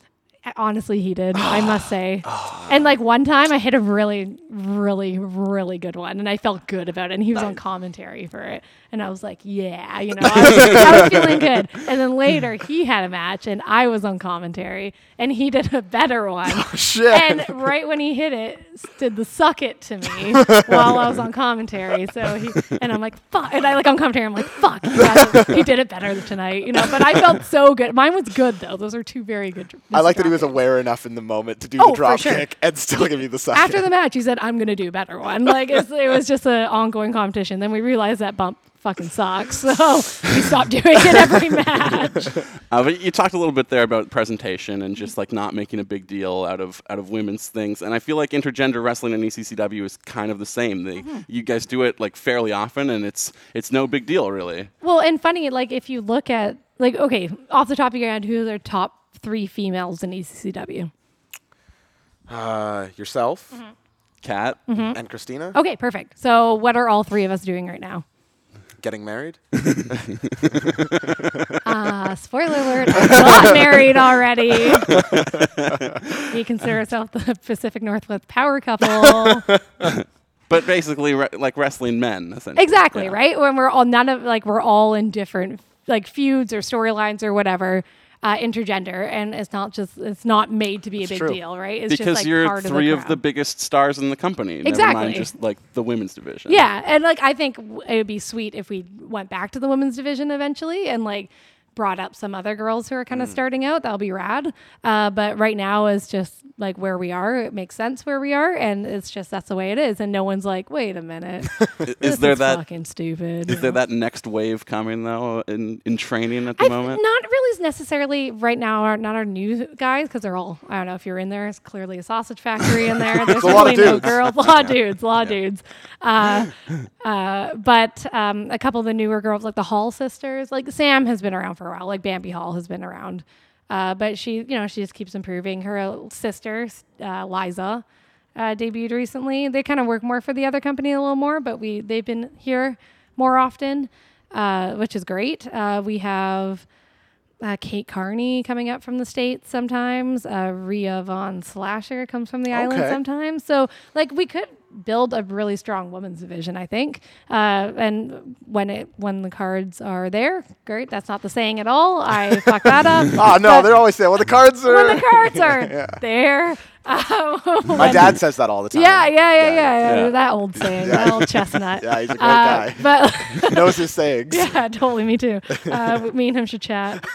H: Honestly, he did, I must say. and like one time I hit a really, really, really good one and I felt good about it. And he was on commentary for it. And I was like, yeah, you know, I was, I was feeling good. And then later he had a match and I was on commentary and he did a better one.
D: Oh, Shit.
H: And right when he hit it, s- did the suck it to me while I was on commentary. So he and I'm like, fuck. And I like on commentary, I'm like, fuck. He, got it. He did it better tonight, you know. But I felt so good. Mine was good though. Those are two very good. dr-
D: I like that he
H: drop
D: was
H: kicks.
D: aware enough in the moment to do
H: Oh,
D: the
H: for
D: drop
H: sure.
D: kick and still give you the second.
H: After the match, he said, "I'm gonna do a better one." Like it's, it was just an ongoing competition. Then we realized that bump fucking sucks, so we stopped doing it every match.
C: Uh, but you talked a little bit there about presentation and just like not making a big deal out of out of women's things, and I feel like intergender wrestling E in ECCW is kind of the same. They,
H: Mm-hmm.
C: You guys do it like fairly often, and it's it's no big deal really.
H: Well, and funny, like if you look at like okay, off the top of your head, who are their top three females in E ECCW?
D: uh, yourself
H: Mm-hmm.
C: Cat,
D: and Christina.
H: Okay, perfect. So what are all three of us doing right now?
D: Getting married?
H: Uh, spoiler alert, I'm not married already. we consider ourselves the Pacific Northwest power couple.
C: But basically, re- like wrestling men, essentially.
H: Exactly,
C: Yeah.
H: right? When we're all none of like we're all in different like feuds or storylines or whatever. Uh, intergender and it's not just it's not made to be a big
D: true.
H: deal right it's
C: Because
H: just like
C: you're
H: part
C: three
H: of
C: of
H: the,
C: the
H: crowd.
C: biggest stars in the company. Never
H: Exactly.
C: mind just like the women's division.
H: Yeah, and like I think w- it would be sweet if we went back to the women's division eventually and like brought up some other girls who are
C: Mm.
H: kind of starting out. That'll be rad. Uh, but right now is just like where we are. It makes sense where we are, and it's just that's the way it is. And no one's like, wait a minute,
C: Is
H: this
C: there that?
H: fucking stupid?
C: Is there that next wave coming though in, in training at the
H: I th-
C: moment?
H: Not really necessarily right now. Are not our new guys because they're all. I don't know if you're in there. It's clearly a sausage factory in there. There's
D: a lot
H: really
D: of
H: no
D: dudes.
H: girls. A lot of dudes. A lot of dudes. Uh, uh, but um, a couple of the newer girls, like the Hall sisters, like Sam has been around for a while. Like Bambi Hall has been around, uh, but she, you know, she just keeps improving. Her sister uh, Liza. Uh, debuted recently. They kind of work more for the other company a little more, but we they've been here more often, uh, which is great. Uh, we have uh, Kate Carney coming up from the States sometimes. Uh, Rhea Von Slasher comes from the island
D: Okay.
H: sometimes. So, like, we could build a really strong women's division, I think. Uh, and when it when the cards are there, great. That's not the saying at all. I fucked that up.
D: Oh, no,
H: But
D: they're always there. Well, the cards are.
H: when the cards are there. Um,
D: My dad says that all the time.
H: yeah, yeah, yeah, yeah,
C: yeah.
H: That old saying,
D: Yeah.
H: that old chestnut. Uh,
D: Yeah, he's a great guy.
H: But
D: Knows his sayings.
H: Yeah, totally. Me too. Uh, me and him should chat.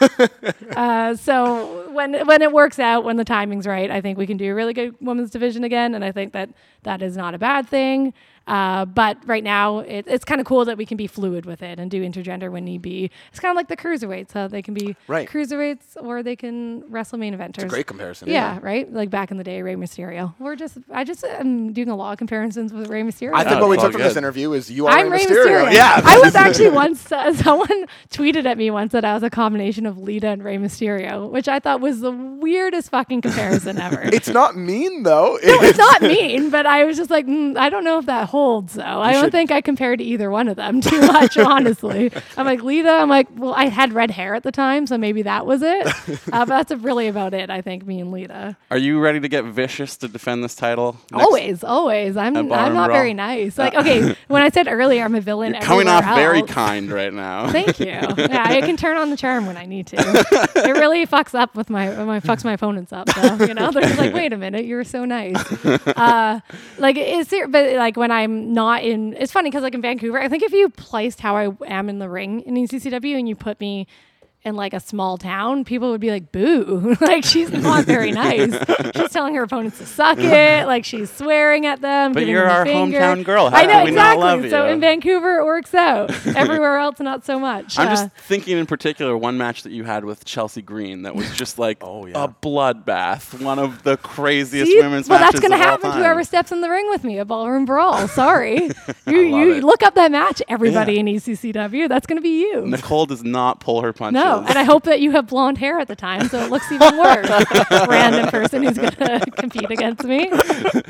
H: Uh, so when when it works out, when the timing's right, I think we can do a really good women's division again, and I think that that is not a bad thing. Uh, but right now, it, it's kind of cool that we can be fluid with it and do intergender when need be. It's kind of like the cruiserweights. How they can be
D: Right.
H: cruiserweights or they can wrestle main eventers.
D: Great comparison.
H: Yeah, right. Like back in the day, Rey Mysterio. We're just, I just am doing a lot of comparisons with Rey Mysterio.
D: I think
C: Yeah,
D: what we
C: it's all
D: took from this
C: good.
D: interview is you are
H: I'm Rey
D: Rey Mysterio.
H: Mysterio.
D: Yeah.
H: I was actually once uh, someone tweeted at me once that I was a combination of Lita and Rey Mysterio, which I thought was the weirdest fucking comparison ever.
D: It's not mean, though.
H: it's not mean, but I was just like, mm, I don't know if that holds though. I don't
D: should-
H: think I compared to either one of them too much, honestly. I'm like Lita. I'm like, well, I had red hair at the time, so maybe that was it. Uh, but that's really about it, I think. Me and Lita.
C: Are you ready to get vicious to defend this title? next-
H: Always, always. I'm
C: At
H: I'm
C: Bar
H: not
C: and Brawl.
H: very nice. Like, okay, when I said earlier, I'm a villain.
C: You're coming
H: everywhere
C: off very
H: else.
C: kind right now.
H: Thank you. Yeah, I can turn on the charm when I need to. it really fucks up with my, my fucks my opponents up. Though, you know, they're just like, wait a minute, you're so nice. Uh, like, is there? But like when I'm not in, it's funny because like in Vancouver, I think if you placed how I am in the ring in E ECCW and you put me. In like a small town, people would be like, "Boo!" like she's not very nice. She's telling her opponents to suck it. Like she's swearing at them.
C: But
H: giving
C: you're
H: them the
C: our
H: finger.
C: hometown girl. How
H: I know
C: could we not
H: exactly.
C: love
H: so
C: you?
H: in Vancouver, it works out. Everywhere else, not so much.
C: I'm
H: Uh,
C: just thinking in particular one match that you had with Chelsea Green that was just like
D: Oh, yeah.
C: a bloodbath, one of the craziest
H: See,
C: women's
H: well, that's
C: matches.
H: going to
C: of all
H: happen to
C: time.
H: whoever steps in the ring with me at Ballroom Brawl. Sorry. you
D: love
H: you
D: it.
H: look up that match, everybody
C: Yeah.
H: in E ECCW. That's going to be you.
C: Nicole does not pull her punches.
H: No, and I hope that you have blonde hair at the time, so it looks even worse. Random person who's going to compete against me.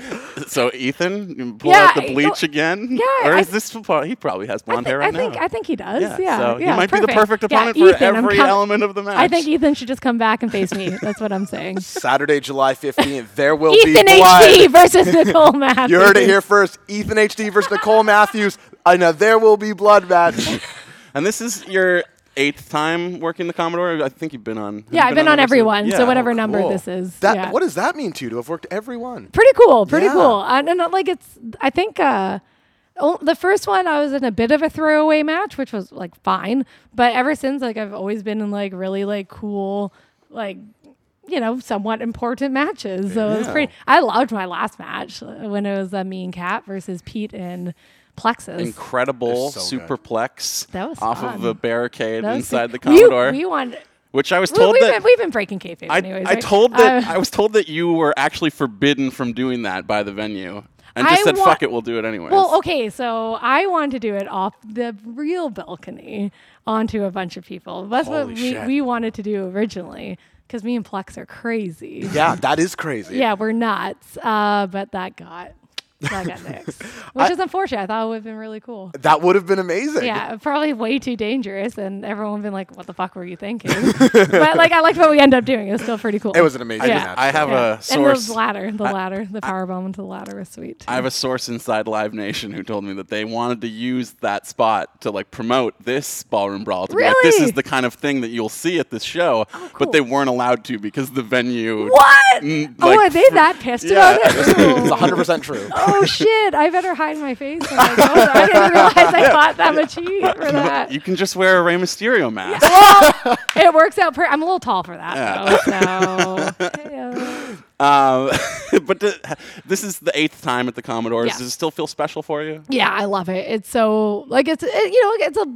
C: so Ethan, you pull
H: Yeah,
C: out the
H: I-
C: bleach again.
H: yeah,
C: or
H: I-
C: is this? He probably has blonde
H: I,
C: hair
H: think,
C: right
H: I, think,
C: now.
H: I think he does. Yeah.
C: yeah, so he might be the perfect
H: Yeah,
C: opponent for
H: Ethan, I'm
C: every
H: com-
C: element of the match.
H: I think Ethan should just come back and face me. That's what I'm saying.
D: Saturday, July 15th, there will be
H: Ethan
D: blood.
H: HD versus Nicole Matthews.
D: You heard it here first. Ethan HD versus Nicole Matthews. I know there will be blood match.
C: And this is your eighth time working the Commodore. I think you've been on. have
H: Yeah,
C: you
H: I've been on
C: ever since?
H: everyone,
C: Yeah. oh,
H: so whatever number
D: Oh, cool.
H: this is.
D: That,
H: yeah.
D: What does that mean to you to have worked every one?
H: pretty cool, pretty
D: Yeah.
H: cool. And, and like it's, I think uh, o- the first one I was in a bit of a throwaway match, which was like fine. But ever since, like I've always been in like really like cool, like you know, somewhat important matches. So it was pretty. I loved my last match uh, when it was uh, me and Cat versus Pete and Plexus.
C: Incredible
D: They're so good.
C: superplex
H: That was
C: off of
H: fun.
C: the barricade
H: That was-
C: inside the
H: we-
C: Commodore,
H: We, wanted.
C: which I was
H: We,
C: told
H: we've,
C: that
H: been, we've been breaking kayfabe
C: I,
H: anyways.
C: I
H: right?
C: told that
H: Uh,
C: I was told that you were actually forbidden from doing that by the venue, and just
H: I
C: said,
H: wa-
C: "Fuck it, we'll do it anyways."
H: Well, okay, so I wanted to do it off the real balcony onto a bunch of people. That's
D: Holy
H: what we,
D: shit.
H: we wanted to do originally because me and Plex are crazy.
D: Yeah, that is crazy.
H: yeah, we're nuts. Uh, but that got So I got next, which is unfortunate. I thought it would have been really cool.
D: That would have been amazing.
H: Yeah, probably way too dangerous, and everyone been like, "What the fuck were you thinking?" but like, I liked what we ended up doing. It was still pretty cool.
D: It was an amazing Uh,
H: Yeah.
D: match.
C: I have
H: Yeah.
C: a
H: And
C: source.
H: the ladder, the ladder, the power bomb into the ladder was sweet.
C: I have a source inside Live Nation who told me that they wanted to use that spot to like promote this ballroom brawl. To be like, this
H: Really? Oh,
C: is the kind of thing that you'll see at this show, but
H: cool.
C: they weren't allowed to because the venue.
H: what?
C: Mm,
H: oh,
C: like,
H: are they that pissed
C: Yeah.
H: about it?
D: It's
H: Oh.
D: 100% true.
H: Oh, shit! I better hide my face. When I, go there. I didn't realize I bought that much heat for that.
C: You can just wear a Rey Mysterio mask.
H: Well, it works out. Per- I'm a little tall for that, though, so. Yeah.
C: Um, but the, this is the eighth time at the Commodores.
H: Yeah.
C: Does it still feel special for you?
H: Yeah, I love it. It's so like it's it, you know it's a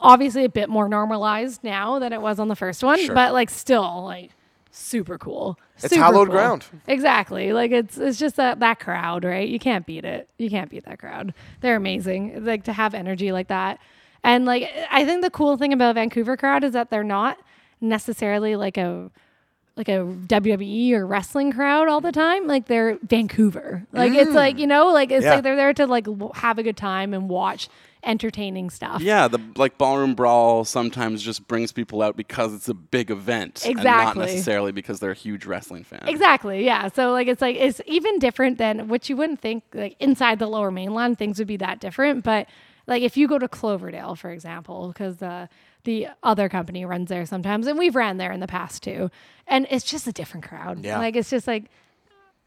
H: obviously a bit more normalized now than it was on the first one, but like still like super cool.
D: It's
H: Super
D: hallowed
H: cool.
D: ground.
H: Exactly. Like it's it's just that that crowd, right? You can't beat it. You can't beat that crowd. They're amazing. Like to have energy like that. And like I think the cool thing about Vancouver crowd is that they're not necessarily like a like a WWE or wrestling crowd all the time. Like they're Vancouver. Like it's like you know, like it's
D: Mm. Yeah.
H: like they're there to like w- have a good time and watch entertaining stuff.
C: Yeah, the like ballroom brawl sometimes just brings people out because it's a big event, and not
H: Exactly.
C: necessarily because they're a huge wrestling fan.
H: Exactly. Yeah. So like it's like it's even different than what you wouldn't think like inside the lower mainland things would be that different, but like if you go to Cloverdale for example because uh, the other company runs there sometimes and we've ran there in the past too. And it's just a different crowd.
D: Yeah.
H: Like it's just like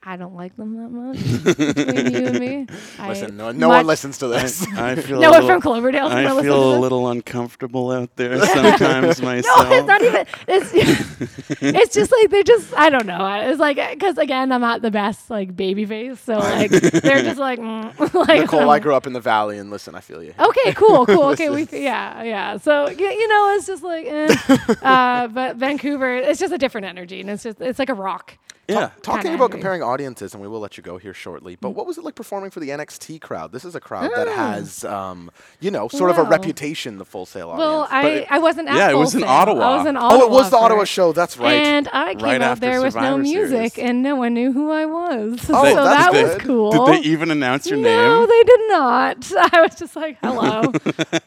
H: I don't like them that much between you and me. I
D: Listen, no, no
H: much-
D: one listens to this.
C: I feel
H: No
C: a
H: one
C: little-
H: from Cloverdale. is gonna
C: I
H: listen
C: feel
H: to
C: a
H: this.
C: little uncomfortable out there sometimes myself.
H: No, it's not even. It's it's just like they just. I don't know. It's like because again, I'm not the best like baby face, so like they're just like mm, like.
D: Nicole, I grew up in the valley, and listen, I feel you.
H: Okay, cool, cool. Okay, we
D: is-
H: yeah, yeah. So y- you know, it's just like, eh. uh, but Vancouver, it's just a different energy, and it's just it's like a rock.
C: yeah.
D: Talking
H: kinda Mm.
D: about
H: angry.
D: comparing audiences, and we will let you go here shortly, but what was it like performing for the NXT crowd? This is a crowd that
H: Mm.
D: has, um, you know, sort of a
H: Wow.
D: reputation, the full sale audience.
H: Well,
D: But
H: I
D: it-
H: I wasn't. At
C: Yeah, it
H: Full
C: was in
H: Sail.
C: Ottawa.
H: I was in
C: Oh,
H: Ottawa.
D: oh, it was the
H: for
D: Ottawa
H: it.
D: show. That's right.
H: And I came
C: Right
H: out
C: after
H: there with no
C: Survivor Series.
H: music, and no one knew who I was.
D: Oh,
H: so
D: that's
H: that
D: good.
H: was cool.
C: Did they E even announce your
H: No,
C: name?
H: they did not. I was just like, hello,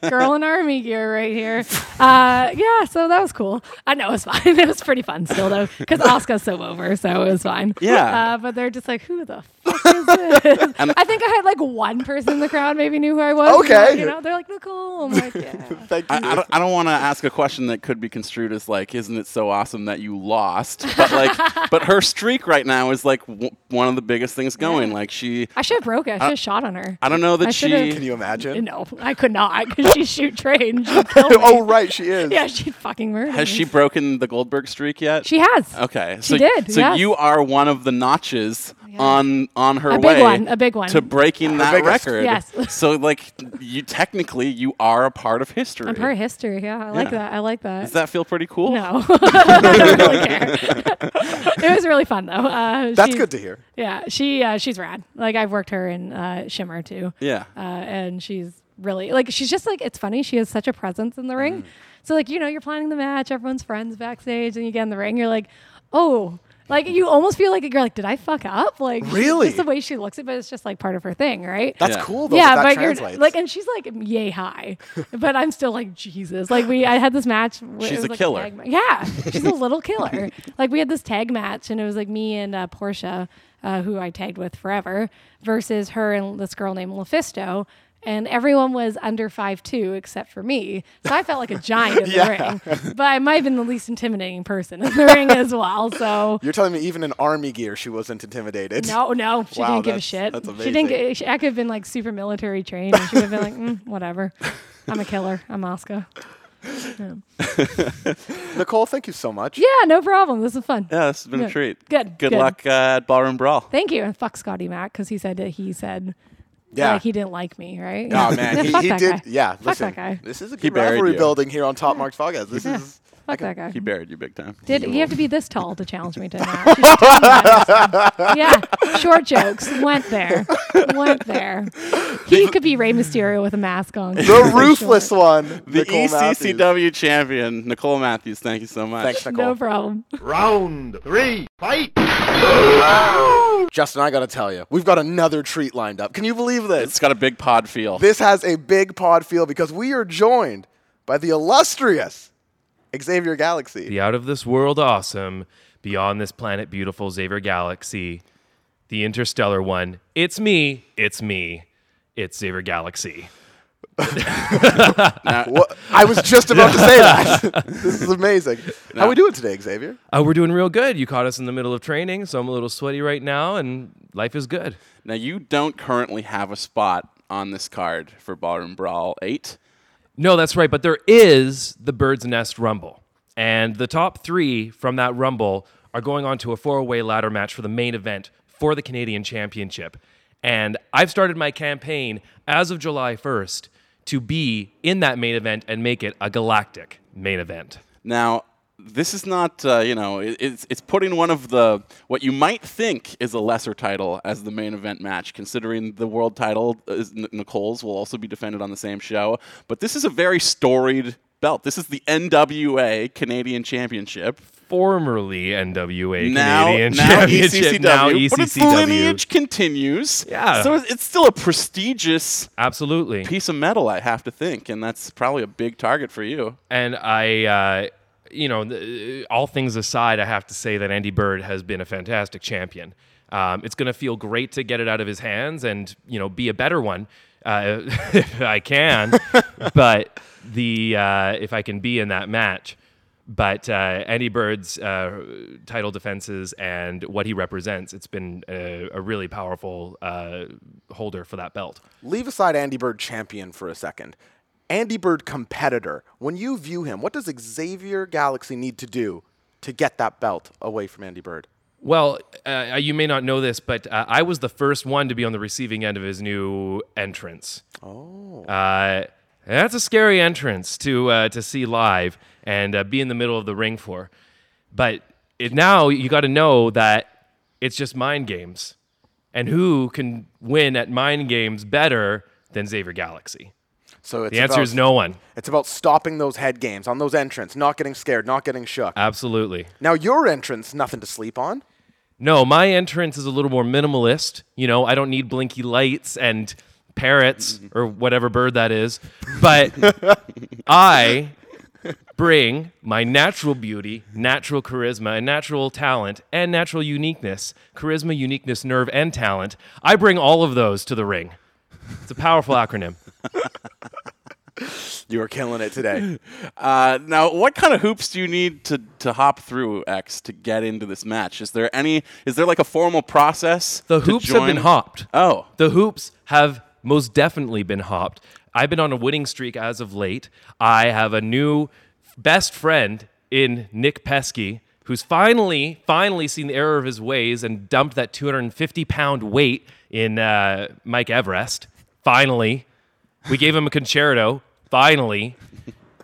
H: girl in army gear right here. Uh, yeah, so that was cool. I know it was fine. It was pretty fun still, though, because Oscar's so over, so it was fine.
C: Yeah.
H: Uh, but they're just like, who the fuck is this? I think I had like one person in the crowd maybe knew who I was. and
D: Okay.
H: they're like, You know, they're like, Nicole. I'm like, yeah.
D: Thank you.
C: I, I don't, I don't want to ask a question that could be construed as like, isn't it so awesome that you lost? But like, but her streak right now is like w- one of the biggest things going. Like she,
H: I should have broke it. I should have shot on her.
C: Uh, I don't know that
H: I should've-
C: she.
D: Can you imagine?
H: No, I could not because she shoot train. She'd kill me.
D: oh, right, she is.
H: Yeah, she'd fucking murder
C: Has
H: me.
C: she broken the Goldberg streak yet?
H: She has.
C: Okay,
H: She
C: so,
H: did,
C: So
H: yes.
C: you are one of the notches on on her
H: A big
C: way,
H: one, a big one.
C: to breaking that
D: biggest.
C: record.
H: Yes.
C: so like, you technically you are a part of history.
H: I'm part of history. Yeah, I like
C: Yeah.
H: that. I like that.
C: Does that feel pretty cool?
H: No, I don't really care. it was really fun though. Uh,
D: That's
H: she-
D: good to hear.
H: Yeah, she uh, she's rad. Like I've worked her in uh, Shimmer too.
C: Yeah.
H: uh, and she's really like she's just like it's funny. She has such a presence in the ring.
D: Mm-hmm.
H: So like you know you're planning the match, everyone's friends backstage, and you get in the ring, you're like, oh. Like you almost feel like you're like, did I fuck up? Like
D: Really?
H: just the way she looks at, it, but it's just like part of her thing, right?
D: That's
C: Yeah.
D: cool though. that that
H: you're
D: translates.
H: like, and she's like, yay high, but I'm still like, Jesus. Like we, I had this match. where it
C: She's
H: was
C: a
H: like
C: killer.
H: tag ma- yeah, she's a little killer. Like we had this tag match, and it was like me and uh, Portia, uh, who I tagged with forever, versus her and this girl named Lefisto. And everyone was under five two except for me, so I felt like a giant in
D: Yeah.
H: the ring. But I might have been the least intimidating person in the ring as well. So
D: You're telling me even in army gear, she wasn't intimidated.
H: no, no, she
D: Wow,
H: didn't give a
D: that's-
H: shit.
D: that's
H: She didn't.
D: amazing.
H: Get, she, I could have been like super military trained, and she would have been like, mm, whatever. I'm a killer. I'm Oscar.
D: Nicole, thank you so much.
H: Yeah, no problem. This is fun.
C: Yeah, this has been a
H: Good.
C: treat.
H: Good,
C: Good,
H: good.
C: luck uh, at Ballroom Brawl.
H: Thank you. And fuck Scotty Mac because he said that he said
D: Yeah.
H: like, he didn't like me, right?
D: Oh man,
H: Yeah,
D: he,
H: fuck
D: he
H: that
D: did.
H: guy.
D: Yeah,
H: fuck
D: listen,
H: that guy.
D: this is a
C: He
D: good
C: buried
D: rivalry
C: you.
D: building here on Top Marks Podcast. This is
H: Fuck that guy.
C: He buried you big time.
H: Did you have to be this tall to challenge me to that? Just tell me that. yeah, short jokes went there, went there. He could be Rey Mysterio with a mask on.
D: The ruthless one.
C: The E-
D: Nicole
C: ECCW
D: Matthews.
C: champion, Nicole Matthews. Thank you so much.
D: Thanks, Nicole.
H: No problem.
E: Round three, fight!
D: Justin, I gotta tell you, we've got another treat lined up. Can you believe this?
C: It's got a big pod feel.
D: This has a big pod feel because we are joined by the illustrious Xavier Galaxy.
I: the out of this world awesome, beyond this planet beautiful Xavier Galaxy, the interstellar one. It's me, it's me, it's Xavier Galaxy.
D: Wha- I was just about to say that. this is amazing. How we doing today, Xavier?
I: Uh, we're doing real good. You caught us in the middle of training, so I'm a little sweaty right now, and life is good.
C: Now, you don't currently have a spot on this card for Ballroom Brawl 8.
I: No, that's right, but there is the Bird's Nest Rumble. And the top three from that Rumble are going on to a four way ladder match for the main event for the Canadian Championship. And I've started my campaign as of July 1st to be in that main event and make it a galactic main event.
C: Now, this is not, uh, you know, it, it's, it's putting one of the, what you might think is a lesser title as the main event match, considering the world title, is N- Nicole's, will also be defended on the same show. But this is a very storied belt. This is the NWA Canadian Championship.
I: Formerly NWA
C: now,
I: Canadian
C: now E
I: Championship,
C: ECCW.
I: now E
C: But its
I: ECCW.
C: lineage continues.
I: Yeah.
C: So it's still a prestigious
I: Absolutely.
C: piece of metal, I have to think. And that's probably a big target for you.
I: And I, uh, you know, th- all things aside, I have to say that Andy Bird has been a fantastic champion. Um, it's going to feel great to get it out of his hands and, you know, be a better one uh, if I can. but the uh, if I can be in that match. But uh, Andy Bird's uh, title defenses and what he represents, it's been a, a really powerful uh, holder for that belt.
D: Leave aside Andy Bird champion for a second. Andy Bird competitor. When you view him, what does Xavier Galaxy need to do to get that belt away from Andy Bird?
I: Well, uh, you may not know this, but uh, I was the first one to be on the receiving end of his new entrance. Oh. Uh, that's a scary entrance to uh, to see live and uh, be in the middle of the ring for. But it, now you got to know that it's just mind games, and who can win at mind games better than Xavier Galaxy?
D: So it's
I: The answer
D: about-
I: is no one.
D: It's about stopping those head games on those entrants, not getting scared, not getting shook.
I: Absolutely.
D: now your entrance, nothing to sleep on.
I: No, my entrance is a little more minimalist. You know, I don't need blinky lights and parrots or whatever bird that is. But I bring my natural beauty, natural charisma, and natural talent and natural uniqueness, charisma, uniqueness, nerve, and talent. I bring all of those to the ring. It's a powerful acronym.
D: You are killing it today.
C: Uh, now, what kind of hoops do you need to, to hop through X to get into this match? Is there any? Is there like a formal process?
I: The
C: to
I: hoops have been
C: join-
I: hopped.
C: Oh,
I: The hoops have most definitely been hopped. I've been on a winning streak as of late. I have a new best friend in Nick Pesky, who's finally, finally seen the error of his ways and dumped that 250 pound weight in uh, Mike Everest. Finally. We gave him a concerto. Finally.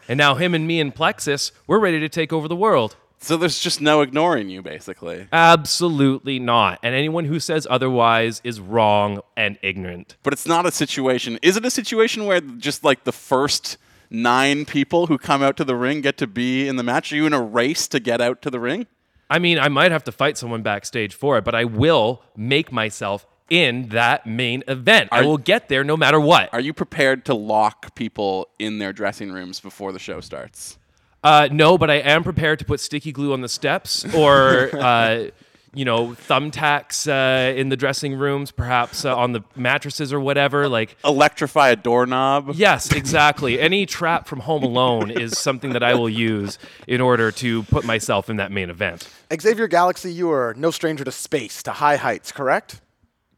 I: And now him and me and Plexus, we're ready to take over the world.
C: so there's just no ignoring you, basically.
I: Absolutely not. And anyone who says otherwise is wrong and ignorant.
C: But it's not a situation. Is it a situation where just like the first nine people who come out to the ring get to be in the match? Are you in a race to get out to the ring?
I: I mean, I might have to fight someone backstage for it, but I will make myself in that main event. I
C: Are-
I: will get there no matter what.
C: Are you prepared to lock people in their dressing rooms before the show starts?
I: Uh, no, but I am prepared to put sticky glue on the steps or, uh, you know, thumbtacks uh, in the dressing rooms, perhaps uh, on the mattresses or whatever. Like,
C: Electrify a doorknob?
I: yes, exactly. Any trap from Home Alone is something that I will use in order to put myself in that main event.
D: Xavier Galaxy, you are no stranger to space, to high heights, correct?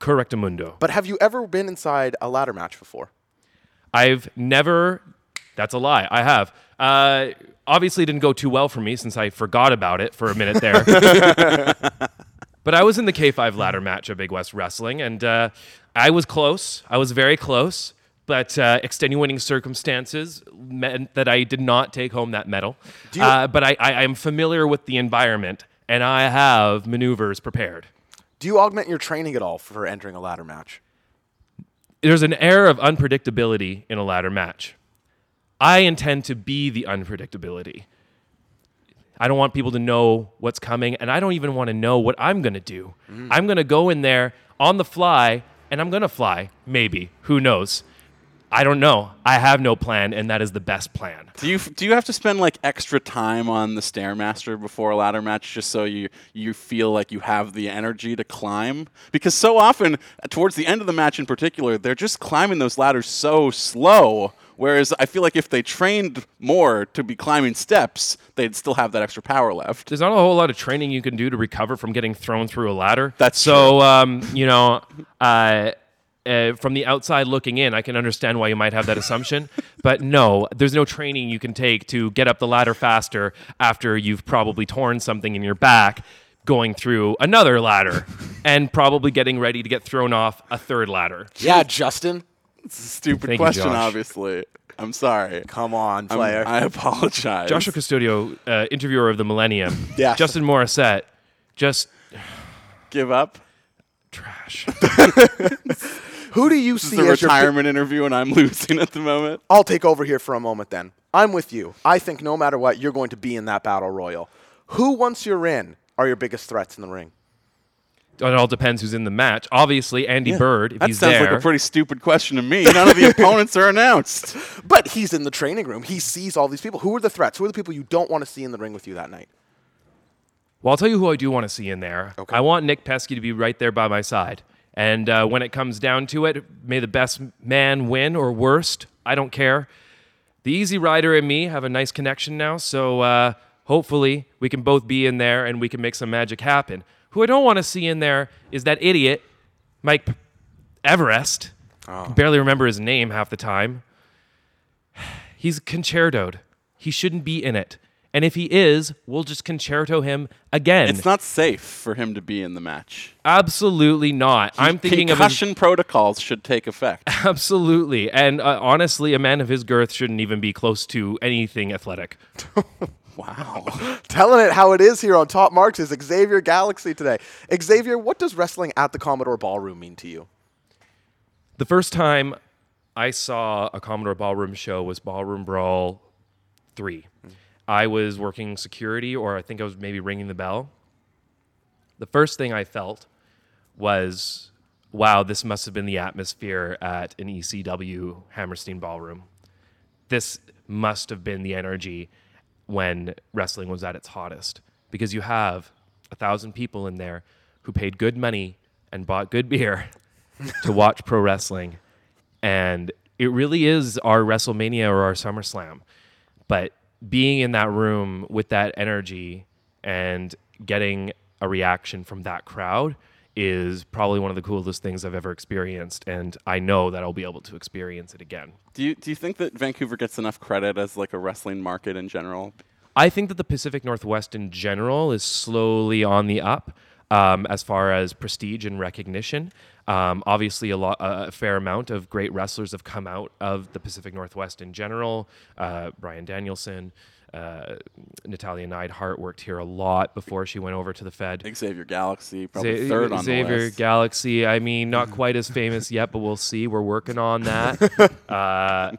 I: Correctamundo.
D: But have you ever been inside a ladder match before?
I: I've never. That's a lie. I have. Uh, obviously, it didn't go too well for me since I forgot about it for a minute there. but I was in the K5 ladder match at Big West Wrestling, and uh, I was close. I was very close. But uh, extenuating circumstances meant that I did not take home that medal. Uh, but I, I, I'm familiar with the environment and I have maneuvers prepared.
D: Do you augment your training at all for entering a ladder match?
I: there's an air of unpredictability in a ladder match. I intend to be the unpredictability. I don't want people to know what's coming, and I don't even want to know what I'm going to do. I'm going to go in there on the fly, and I'm going to fly, maybe. Who knows? I don't know. I have no plan, and that is the best plan.
C: Do you do you have to spend like extra time on the stairmaster before a ladder match just so you you feel like you have the energy to climb? Because so often towards the end of the match in particular, they're just climbing those ladders so slow. Whereas I feel like if they trained more to be climbing steps, they'd still have that extra power left.
I: There's not a whole lot of training you can do to recover from getting thrown through a ladder.
C: That's
I: so. Um, you know, uh, uh, from the outside looking in, I can understand why you might have that assumption. But no, there's no training you can take to get up the ladder faster after you've probably torn something in your back going through another ladder and probably getting ready to get thrown off a third ladder.
D: Yeah, Justin.
C: It's a stupid
I: Thank you,
C: question,
I: Josh.
C: obviously. I'm sorry.
D: Come on,
C: I'm-
D: player.
C: I apologize.
I: Joshua Custodio, uh, interviewer of the Millennium.
D: Yes.
I: Justin Morissette, just
C: give up.
I: trash.
D: Who do you
C: This
D: see
C: is a
D: as your pi-
C: retirement interview, and I'm losing at the moment.
D: I'll take over here for a moment then. I'm with you. I think no matter what, you're going to be in that battle royal. Who, once you're in, are your biggest threats in the ring?
I: it all depends who's in the match. Obviously, Andy Bird, if
C: that
I: he's
C: sounds
I: there.
C: like a pretty stupid question to me. None of the opponents are announced.
D: But he's in the training room. He sees all these people. Who are the threats? Who are the people you don't want to see in the ring with you that night?
I: Well, I'll tell you who I do want to see in there.
D: Okay.
I: I want Nick Pesky to be right there by my side. And uh, when it comes down to it, may the best man win or worst. I don't care. The Easy Rider and me have a nice connection now. So uh, hopefully we can both be in there and we can make some magic happen. Who I don't want to see in there is that idiot, Mike P- Everest.
C: Ah.
I: Can Barely remember his name half the time. He's concertoed. He shouldn't be in it. And if he is, we'll just concerto him again.
C: It's not safe for him to be in the match.
I: Absolutely not. I'm thinking of his,
C: concussion protocols should take effect.
I: absolutely, and uh, honestly, a man of his girth shouldn't even be close to anything athletic.
C: wow.
D: Telling it how it is here on Top Marks is Xavier Galaxy today. Xavier, what does wrestling at the Commodore Ballroom mean to you?
I: The first time I saw a Commodore Ballroom show was Ballroom Brawl three. I was working security, or I think I was maybe ringing the bell. The first thing I felt was, wow, this must have been the atmosphere at an ECW Hammerstein ballroom. This must have been the energy when wrestling was at its hottest because you have a thousand people in there who paid good money and bought good beer to watch pro wrestling. And it really is our WrestleMania or our SummerSlam. But being in that room with that energy and getting a reaction from that crowd is probably one of the coolest things I've ever experienced. And I know that I'll be able to experience it again.
C: Do you do you think that Vancouver gets enough credit as like a wrestling market in general?
I: I think that the Pacific Northwest in general is slowly on the up um, as far as prestige and recognition. Um, obviously, a, lot, a fair amount of great wrestlers have come out of the Pacific Northwest in general. Uh, Brian Danielson, uh, Natalia Neidhart worked here a lot before she went over to the Fed.
C: Xavier Galaxy probably
I: Xavier
C: third on
I: Xavier
C: the list.
I: Galaxy. I mean, not quite as famous yet, but we'll see. We're working on that. uh,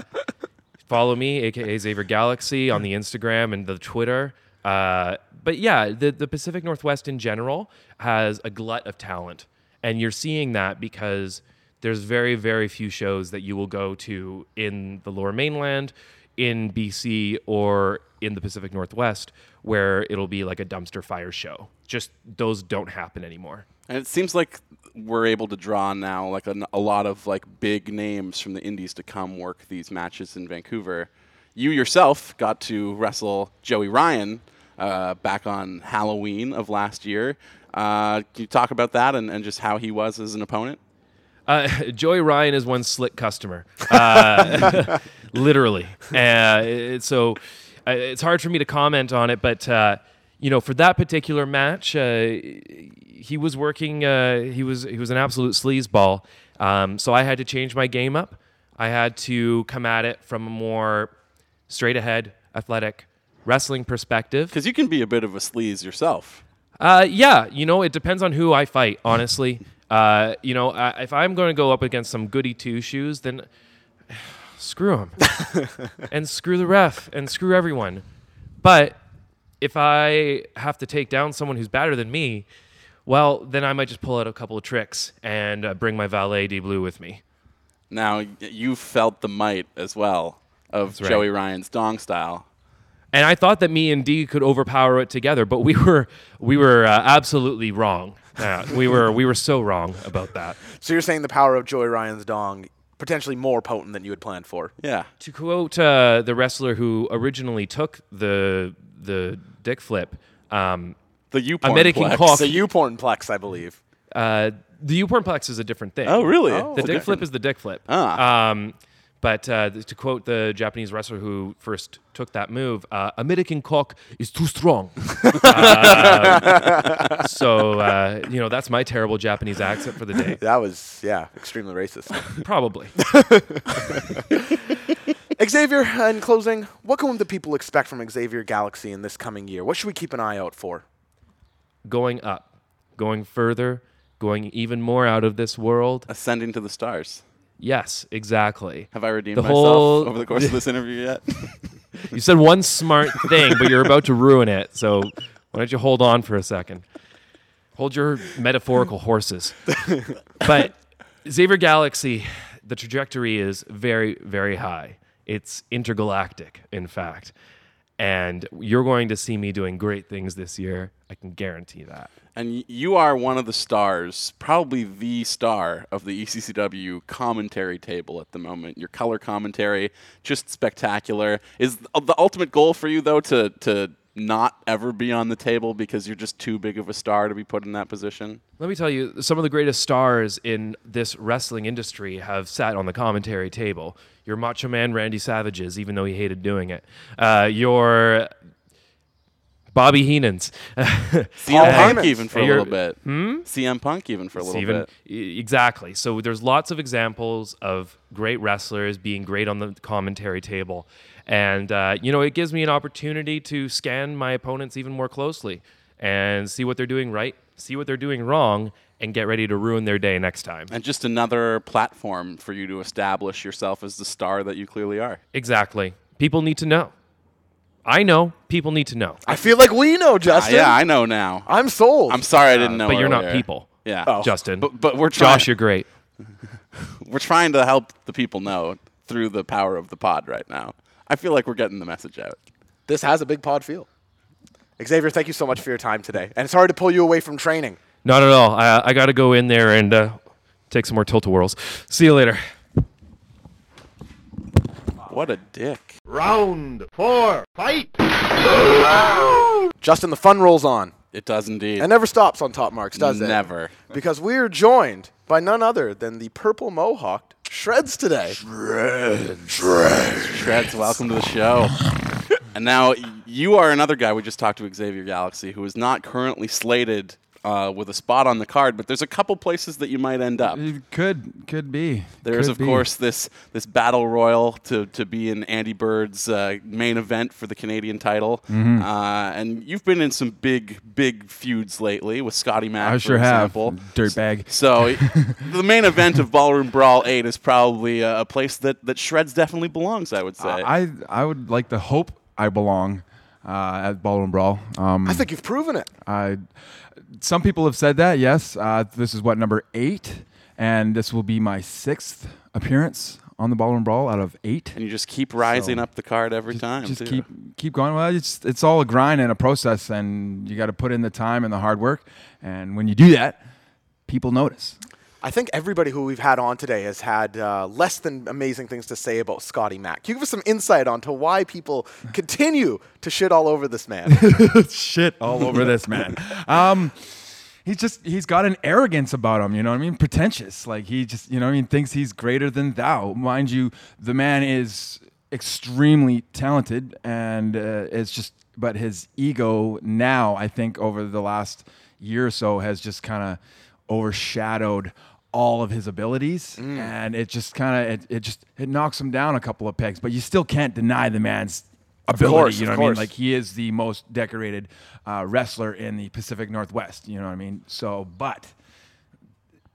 I: follow me, aka Xavier Galaxy, on the Instagram and the Twitter. Uh, but yeah, the the Pacific Northwest in general has a glut of talent, and you're seeing that because there's very very few shows that you will go to in the Lower Mainland, in BC, or in the Pacific Northwest where it'll be like a dumpster fire show. Just those don't happen anymore.
C: and it seems like we're able to draw now like an, a lot of like big names from the indies to come work these matches in Vancouver. You yourself got to wrestle Joey Ryan uh, back on Halloween of last year. Uh, can you talk about that and, and just how he was as an opponent?
I: Uh, Joey Ryan is one slick customer, uh, literally. Uh, it- so uh, it's hard for me to comment on it, but uh, you know, for that particular match, uh, he was working. Uh, he was he was an absolute sleazeball. Um, so I had to change my game up. I had to come at it from a more straight ahead, athletic, wrestling perspective.
C: Because you can be a bit of a sleaze yourself.
I: Uh, yeah, you know, it depends on who I fight, honestly. Uh, you know, I, if I'm going to go up against some goody two shoes, then screw him and screw the ref and screw everyone. But if I have to take down someone who's better than me, well, then I might just pull out a couple of tricks and uh, bring my valet de blue with me.
C: Now y- you felt the might as well of
I: right.
C: Joey Ryan's dong style.
I: and I thought that me and D could overpower it together, but we were we were uh, absolutely wrong. Uh, we were we were so wrong about that.
D: So you're saying the power of Joy Ryan's dong potentially more potent than you had planned for.
C: Yeah.
I: To quote uh, the wrestler who originally took the the dick flip, um,
C: The U porn
I: American
C: plex.
I: cock.
D: The U pornplex, I believe.
I: uh, the U pornplex is a different thing.
C: Oh, really?
D: Oh,
I: The
D: okay.
I: dick flip is the dick flip.
C: Ah.
I: Um, but uh, th- to quote the Japanese wrestler who first took that move, uh, American cock is too strong. Um, so, uh, you know, that's my terrible Japanese accent for the day.
D: That was yeah, extremely racist.
I: Probably.
D: Xavier, uh, in closing, what can the people expect from Xavier Galaxy in this coming year? What should we keep an eye out for?
I: going up, going further, going even more out of this world.
C: Ascending to the stars.
I: Yes, exactly.
C: Have I redeemed
I: The
C: myself
I: whole-
C: over the course of this interview yet?
I: You said one smart thing, but you're about to ruin it. So why don't you hold on for a second? Hold your metaphorical horses. But Xavier Galaxy, the trajectory is very, very high. It's intergalactic, in fact. And you're going to see me doing great things this year. I can guarantee that.
C: and y- you are one of the stars, probably the star of the E ECCW commentary table at the moment. Your color commentary, just spectacular. Is th- uh, the ultimate goal for you though to to not ever be on the table because you're just too big of a star to be put in that position?
I: Let me tell you, some of the greatest stars in this wrestling industry have sat on the commentary table. Your Macho Man Randy Savages, even though he hated doing it. Uh, your Bobby Heenan's. Uh,
C: CM Punk
D: Heyman's.
C: even for a
I: Hey,
C: little
I: you're- Hmm?
C: bit. CM Punk even for a little
I: Steven.
C: bit.
I: E- Exactly. So there's lots of examples of great wrestlers being great on the commentary table. And, uh, you know, it gives me an opportunity to scan my opponents even more closely and see what they're doing right, see what they're doing wrong, and get ready to ruin their day next time.
C: And just another platform for you to establish yourself as the star that you clearly are.
I: Exactly. People need to know. I know people need to know.
D: I feel like we know,
C: Ah,
D: Justin.
C: yeah, I know now.
D: I'm sold. Oh.
C: I'm sorry I didn't know.
I: Uh, but you're not
C: earlier.
I: people.
C: Yeah.
I: Justin.
C: But, but we're trying,
I: Josh, you're great.
C: we're trying to help the people know through the power of the pod right now. I feel like we're getting the message out.
D: this has a big pod feel. Xavier, thank you so much for your time today. And sorry to pull you away from training.
I: Not at all. I, I got to go in there and uh, take some more tilt a whirls. See you later.
C: What a dick.
E: Round four. Fight.
D: Justin, the fun rolls on.
C: It does indeed.
D: It never stops on top marks, does it?
C: Never.
D: Because we're joined by none other than the purple mohawked Shreds today.
C: Shreds, welcome to the show. And now you are another guy we just talked to, Xavier Galaxy, who is not currently slated uh, with a spot on the card, but there's a couple places that you might end up.
F: It could could be.
C: There is,
F: Could
C: of
F: be.
C: course, this this battle royal to, to be in Andy Bird's uh, main event for the Canadian title,
J: Mm-hmm.
C: uh, and you've been in some big big feuds lately with Scotty Mack,
F: I sure
C: for
F: have.
C: example.
F: Dirtbag.
C: So the main event of Ballroom Brawl Eight is probably uh, a, a place that that Shreds definitely belongs. I would say.
J: I I would like to hope I belong uh, at Ballroom Brawl. Um,
D: I think you've proven it.
J: I, some people have said that. Yes, uh, this is what number eight, and this will be my sixth appearance on the Ballroom Brawl out of eight.
C: and you just keep rising
J: So-
C: up the card every time.
J: Just
C: too.
J: keep keep going. Well, it's it's all a grind and a process, and you got to put in the time and the hard work. And when you do that, people notice.
D: I think everybody who we've had on today has had uh, less than amazing things to say about Scotty Mack. Can you give us some insight onto why people continue to shit all over this man?
J: shit all over this man. Um, he's just he's got an arrogance about him. You know what I mean? Pretentious. Like he just you know what I mean thinks he's greater than thou. Mind you, the man is extremely talented, and uh, it's just but his ego now I think over the last year or so has just kind of overshadowed all of his abilities,
D: Mm.
J: and it just kind of it, it just it knocks him down a couple of pegs. But you still can't deny the man's ability.
D: course,
J: you know
D: of
J: what I mean?
D: course.
J: Like he is the most decorated uh, wrestler in the Pacific Northwest. You know what I mean? So, but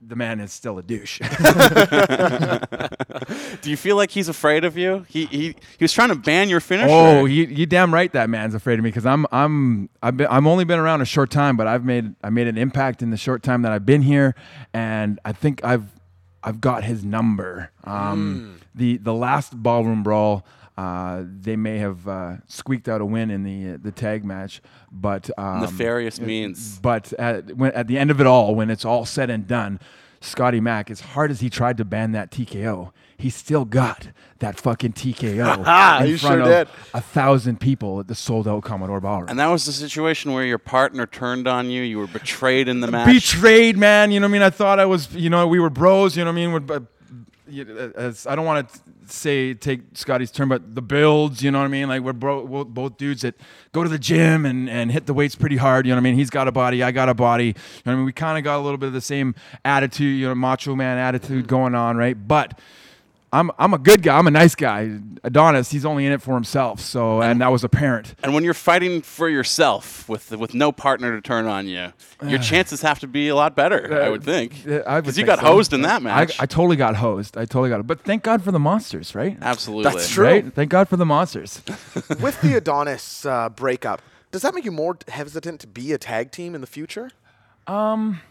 J: the man is still a douche.
C: Do you feel like he's afraid of you? He he he was trying to ban your finisher.
J: Oh, you, you damn right that man's afraid of me because I'm I'm I've been, I'm only been around a short time, but I've made I made an impact in the short time that I've been here, and I think I've I've got his number.
C: Hmm.
J: Um, The the last ballroom brawl. Uh, they may have uh, squeaked out a win in the the tag match, but um,
C: Nefarious means.
J: but at, when, at the end of it all, when it's all said and done, Scotty Mack, as hard as he tried to ban that TKO, he still got that fucking TKO in
D: You
J: front
D: sure
J: of
D: did.
J: a thousand people at the sold out Commodore Ballroom.
C: And that was the situation where your partner turned on you. You were betrayed in the match.
J: Betrayed, man. You know what I mean? I thought I was, you know, we were bros. You know what I mean? We're- But you- as- I don't want to say take Scotty's term, but the builds. You know what I mean? Like we're, bro, we're both dudes that go to the gym and, and hit the weights pretty hard. You know what I mean? He's got a body, I got a body. You know what I mean? We kind of got a little bit of the same attitude, you know, macho man
C: Mm-hmm.
J: attitude going on, right? But I'm I'm a good guy. I'm a nice guy. Adonis, he's only in it for himself. So and that was apparent.
C: And when you're fighting for yourself with with no partner to turn on you, your chances have to be a lot better, I would think.
J: Uh, I would
C: you
J: think
C: got
J: so.
C: hosed in that
J: I,
C: match.
J: I totally got hosed. I totally got it. But thank God for the monsters, right?
C: Absolutely.
D: That's true.
J: Right? Thank God for the monsters.
D: With the Adonis uh, breakup, does that make you more hesitant to be a tag team in the future?
J: Um,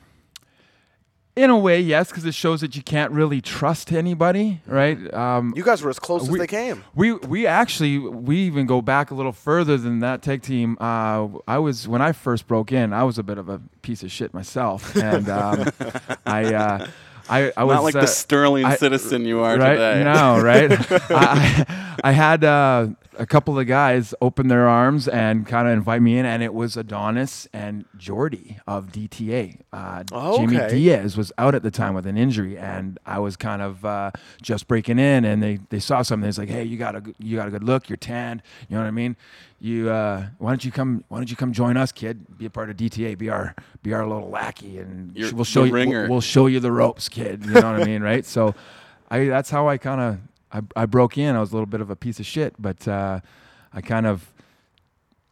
J: In a way, yes, because it shows that you can't really trust anybody, right? Um,
D: You guys were as close as they came.
J: We we actually we even go back a little further than that tech team. Uh, I was when I first broke in, I was a bit of a piece of shit myself, and um, I. Uh, I, I was
C: Not like
J: uh,
C: the sterling
J: I-
C: citizen you are
J: right
C: today.
J: now, right? I, I, I had uh, a couple of guys open their arms and kind of invite me in, and it was Adonis and Jordy of DTA. Uh,
D: Oh,
J: Jimmy
D: okay.
J: Diaz was out at the time with an injury, and I was kind of uh, just breaking in, and they, they saw something. It's like, hey, you got a g- you got a good look. You're tanned. You know what I mean? You uh, why don't you come why don't you come join us, kid? Be a part of DTA. Be our be our little lackey, and
C: You're
J: sh- we'll
C: the
J: show you we'll-
C: ringer.
J: we'll we'll show you the ropes, kid. You know what I mean, right? So, I that's how I kind of I, I broke in. I was a little bit of a piece of shit, but uh, I kind of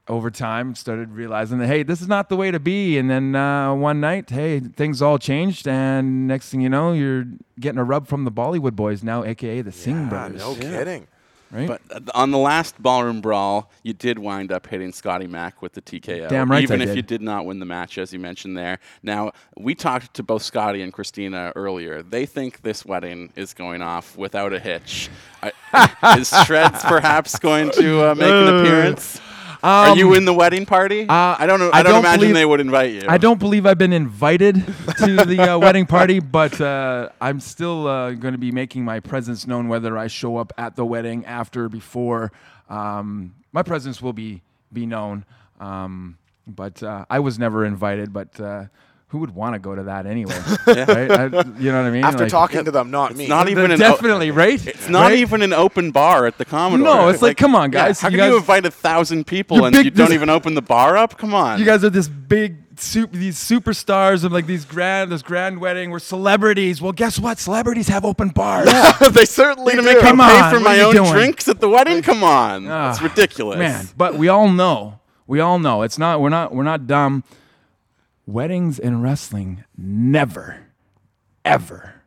J: over time started realizing that hey, this is not the way to be. And then uh, one night, hey, things all changed, and next thing you know, you're getting a rub from the Bollywood boys now, aka the Singh
D: Ah,
J: brothers.
D: no kidding.
J: Right?
C: But uh, on the last ballroom brawl, you did wind up hitting Scotty Mack with the TKO.
J: Damn right
C: Even
J: I
C: if
J: did.
C: you did not win the match, as you mentioned there. Now, we talked to both Scotty and Christina earlier. They think this wedding is going off without a hitch. I, is Shreds perhaps going to uh, make an appearance? Are you in the wedding party?
J: um, uh,
C: I don't know.
J: I
C: I don't,
J: don't
C: imagine
J: believe-
C: they would invite you.
J: I don't believe I've been invited to the uh, wedding party, but uh, I'm still uh, going to be making my presence known whether I show up at the wedding, after, before. Um, my presence will be be known. Um, but uh, I was never invited. But uh, who would want to go to that anyway? right? I, you know what I mean?
D: After
J: Like-
D: talking to them, not me.
C: Not even an o-
J: definitely right.
C: It's not
J: Right?
C: even an open bar at the Commodore.
J: No, it's like, come on, guys,
C: how
J: you
C: can you
J: guys-
C: invite a thousand people
J: You're
C: and
J: big-
C: you don't
J: this-
C: even open the bar up? Come on.
J: You guys are this big super these superstars of like these grand this grand wedding. We're celebrities. Well, guess what? Celebrities have open bars.
C: they certainly
J: do.
C: gonna make
J: Come
C: me pay
J: on,
C: for
J: what are
C: my
J: you
C: own
J: doing?
C: drinks at the wedding. Come on,
J: Ah,
C: it's ridiculous.
J: Man, but we all know. We all know. It's not we're not we're not dumb. Weddings and wrestling never ever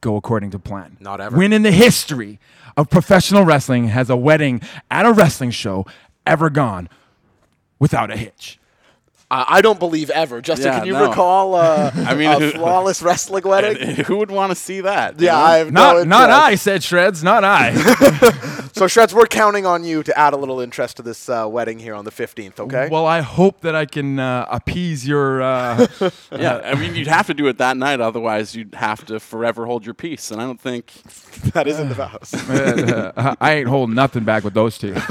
J: go according to plan.
D: Not ever.
J: When in the history of professional wrestling has a wedding at a wrestling show ever gone without a hitch?
D: I, I don't believe ever. Justin,
C: Yeah,
D: can you
C: no.
D: recall uh,
C: I mean,
D: a
C: who-
D: flawless wrestling wedding?
C: Who would want to see that? you
D: yeah,
C: know?
D: I have
J: Not
D: no
J: not
D: interest.
J: I said shreds, not I.
D: So, Shreds, we're counting on you to add a little interest to this uh, wedding here on the 15th, okay?
J: Well, I hope that I can uh, appease your. Uh,
C: yeah. I mean, you'd have to do it that night, otherwise you'd have to forever hold your peace. And I don't think
D: that is in the vows.
J: uh, I ain't holding nothing back with those two.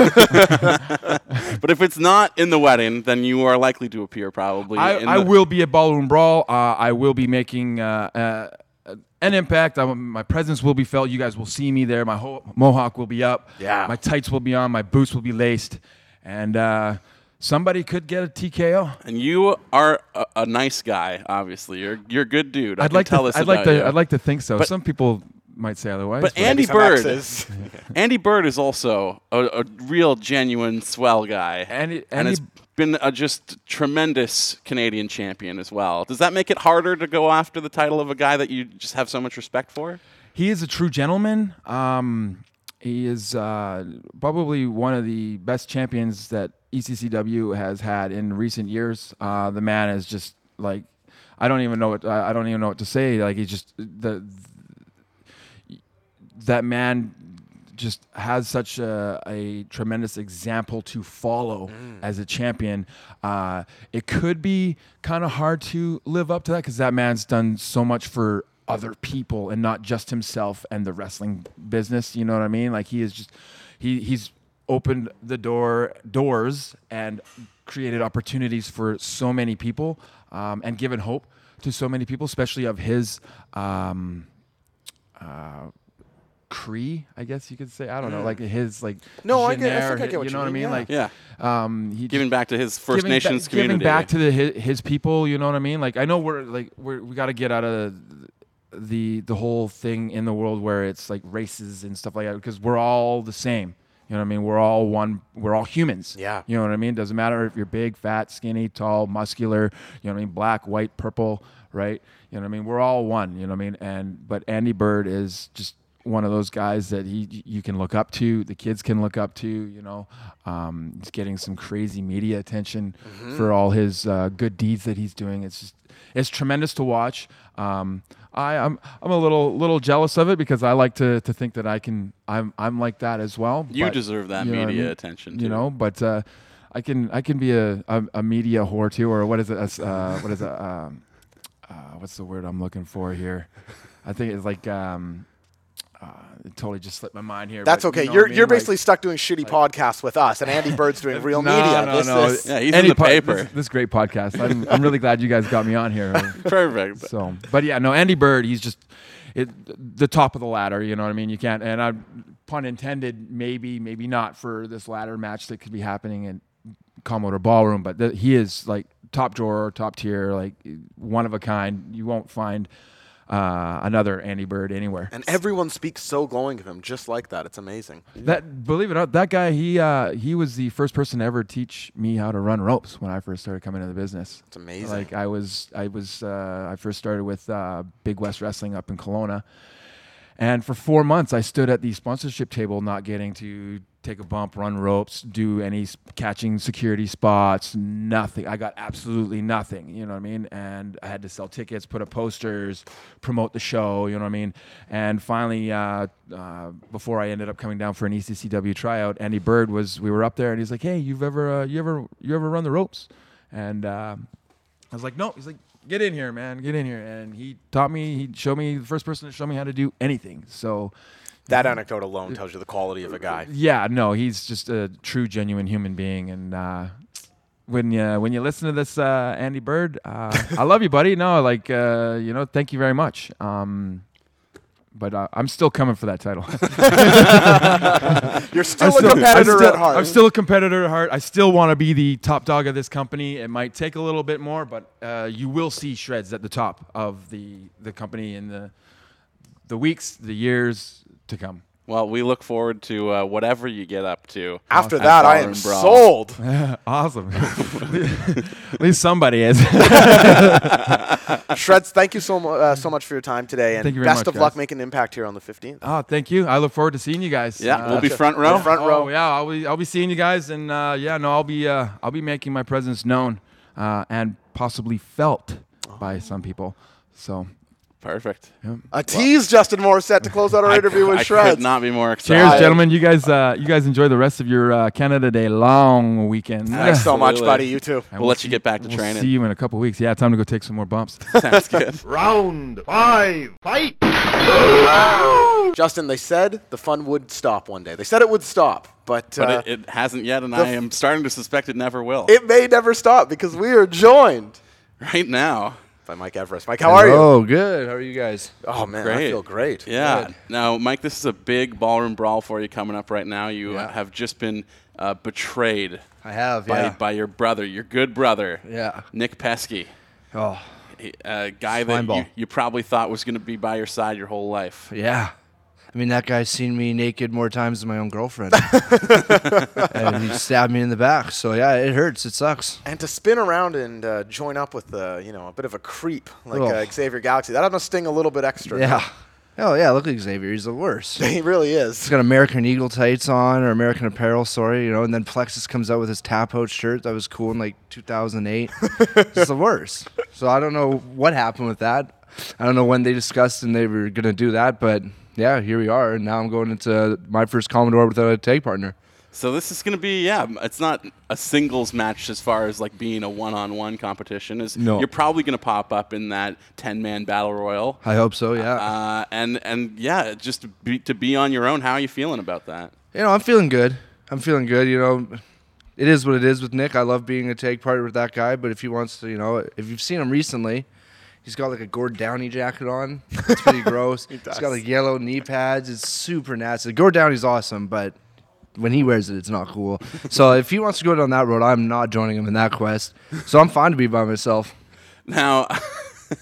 C: But if it's not in the wedding, then you are likely to appear probably. in
J: I, I
C: the-
J: will be at Ballroom Brawl. Uh, I will be making uh, uh, an impact. I, will- my presence will be felt. You guys will see me there. My ho- mohawk will be up.
D: Yeah.
J: My tights will be on. My boots will be laced. And uh, somebody could get a TKO.
C: And you are a, a nice guy, obviously. You're you're a good dude. I
J: I'd
C: can
J: like
C: tell
J: to,
C: this
J: I'd like
C: about
J: to,
C: you.
J: I'd like to think so.
C: But-
J: Some people might say otherwise.
C: But Andy
D: some
C: Bird,
D: axes.
C: Andy Bird is also a, a real genuine swell guy,
J: Andy-
C: and
J: Andy-
C: has been a just tremendous Canadian champion as well. Does that make it harder to go after the title of a guy that you just have so much respect for?
J: he is a true gentleman. Um, he is uh, probably one of the best champions that E ECCW has had in recent years. Uh, the man is just like I don't even know what I I don't even know what to say. Like he just the that man just has such a, a tremendous example to follow as a champion. Uh, it could be kind of hard to live up to that because that man's done so much for other people and not just himself and the wrestling business. You know what I mean? Like he is just he he's opened the door doors and created opportunities for so many people um, and given hope to so many people, especially of his. Um, Uh, Cree, I guess you could say. I don't
C: Mm.
J: know, like his like
D: No, I get- I
J: genre,
D: think I get what
J: you
D: you
J: know
D: mean,
J: what I mean?
C: Yeah,
J: Like, um, he
C: giving
J: just-
C: back to his First
J: giving
C: Nations
J: back,
C: community.
J: giving back to the his, his people. You know what I mean? Like, I know we're like we're, we got to get out of the the whole thing in the world where it's like races and stuff like that because we're all the same. You know what I mean? We're all one. We're all humans.
D: Yeah.
J: You know what I mean? Doesn't matter if you're big, fat, skinny, tall, muscular. You know what I mean? Black, white, purple. Right? You know what I mean? We're all one. You know what I mean? And but Andy Bird is just one of those guys that he you can look up to. The kids can look up to. You know, um, he's getting some crazy media attention for all his uh, good deeds that he's doing. It's just it's tremendous to watch. Um, I, I'm I'm a little little jealous of it because I like to, to think that I can I'm I'm like that as well.
C: You deserve that
J: you know what
C: media attention,
J: You
C: too.
J: know, but uh, I can I can be a, a, a media whore too, or what is it? That's, Uh, what is it? Um, uh, what's the word I'm looking for here? I think it's like um, uh, it totally just slipped my mind here.
D: That's
J: but
D: okay.
J: You know what
D: You are
J: I mean?
D: you're
J: Like-
D: basically stuck doing shitty podcasts with us, and Andy Bird's doing real
J: No,
D: media.
J: no,
D: This
J: no.
D: is-
C: Yeah, he's in
J: Any
C: the
J: po-
C: paper.
J: This, this great podcast. I'm, I'm really glad you guys got me on here.
C: Perfect.
J: So, but yeah, no, Andy Bird, he's just it, the top of the ladder. You know what I mean? You can't, and I, pun intended, maybe, maybe not for this ladder match that could be happening in Commodore Ballroom, but th- he is like top drawer, top tier, like one of a kind. You won't find uh, another Andy Bird anywhere.
D: and everyone speaks so glowing of him, just like that. It's amazing.
J: That believe it or not, that guy he uh, he was the first person to ever teach me how to run ropes when I first started coming into the business. It's
D: amazing.
J: Like I was I was uh, I first started with uh, Big West Wrestling up in Kelowna, and for four months I stood at the sponsorship table, not getting to take a bump, run ropes, do any s- catching security spots, nothing. I got absolutely nothing. You know what I mean? And I had to sell tickets, put up posters, promote the show. You know what I mean? And finally, uh, uh, before I ended up coming down for an E ECCW tryout, Andy Bird was. We were up there, and he's like, "Hey, you've ever uh, you ever you ever run the ropes?" And uh, I was like, no. He's like, get in here, man. Get in here. And he taught me. He showed me the first person to show me how to do anything. So,
D: That anecdote alone tells you the quality of a guy.
J: yeah, no, he's just a true, genuine human being. And uh, when you when you listen to this, uh, Andy Bird, uh, I love you, buddy. No, like, uh, you know, thank you very much. Um, but uh, I'm still coming for that title.
D: You're still,
J: I'm
D: a competitor
J: I'm still,
D: at heart.
J: I'm still a competitor at heart. I still want to be the top dog of this company. It might take a little bit more, but uh, you will see shreds at the top of the the company in the the weeks, the years to come.
C: Well, we look forward to uh, whatever you get up to.
D: After
C: at
D: that, I
C: Ballroom
D: am
C: Brawl.
D: sold.
J: Awesome. at least somebody is.
D: Shreds, thank you so, mu- uh, so much for your time today, and
J: Thank you very
D: best
J: much,
D: of luck
J: guys.
D: making an impact here on the 15th.
J: oh, thank you. I look forward to seeing you guys.
C: Yeah,
J: Uh,
C: we'll be front row.
D: Front row.
J: Oh yeah, I'll be I'll be seeing you guys, and uh, yeah, no, I'll be uh, I'll be making my presence known uh, and possibly felt by some people. So
C: Perfect.
D: A tease, Justin Morissette, to close out our interview with
C: I
D: Shreds.
C: could not be more excited.
J: Cheers, gentlemen. You guys, uh, you guys enjoy the rest of your uh, Canada Day long weekend.
D: Thanks so much,
C: Absolutely.
D: buddy. You too.
J: And
C: We'll let you
J: see-
C: get back to
J: we'll
C: training.
J: See you in a couple weeks. Yeah, time to go take some more bumps.
C: Sounds good.
E: Round five. Fight.
D: Justin, they said the fun would stop one day. They said it would stop, but,
C: But
D: uh,
C: it, it hasn't yet, and I am starting to suspect it never will.
D: it may never stop because we are joined
C: right now.
D: by Mike Everest. Mike, how are you?
K: Oh, good. How are you guys?
D: Oh man, I
C: Great.
D: feel great.
C: Yeah. Now, Mike, this is a big ballroom brawl for you coming up right now. You uh have just been uh, betrayed.
K: I have,
C: by,
K: yeah.
C: by your brother, your good brother.
K: Yeah.
C: Nick Pesky,
K: Oh,
C: a a guy
K: Slime
C: that
K: ball.
C: you, you probably thought was going to be by your side your whole life.
K: yeah. I mean, that guy's seen me naked more times than my own girlfriend, and he stabbed me in the back. So yeah, it hurts. It sucks.
D: And to spin around and uh, join up with uh, you know a bit of a creep like uh,
K: Ugh.
D: Xavier Galaxy, that must sting a little bit extra.
K: Yeah. Oh yeah, look at Xavier. He's the worst.
D: he really
K: He's
D: is.
K: got American Eagle tights on or American Apparel, sorry, you know. And then Plexus comes out with his tap out shirt that was cool in like 2008. it's the worst. So I don't know what happened with that. I don't know when they discussed and they were gonna do that, but yeah, here we are. And now I'm going into my first Commodore without a tag partner.
C: So this is going to be yeah, it's not a singles match as far as like being a one-on-one competition. Is
K: No.
C: you're probably going to pop up in that 10-man battle royal.
K: I hope so. Yeah.
C: Uh, and and yeah, just to be, to be on your own. How are you feeling about that?
K: you know, I'm feeling good. I'm feeling good. You know, it is what it is with Nick. I love being a tag partner with that guy, but if he wants to, you know, if you've seen him recently, he's got like a Gord Downey jacket on. It's pretty gross. he has got like yellow knee pads. It's super nasty. Gord Downey's awesome, but when he wears it, it's not cool. so if he wants to go down that road, I'm not joining him in that quest. So I'm fine to be by myself.
C: Now,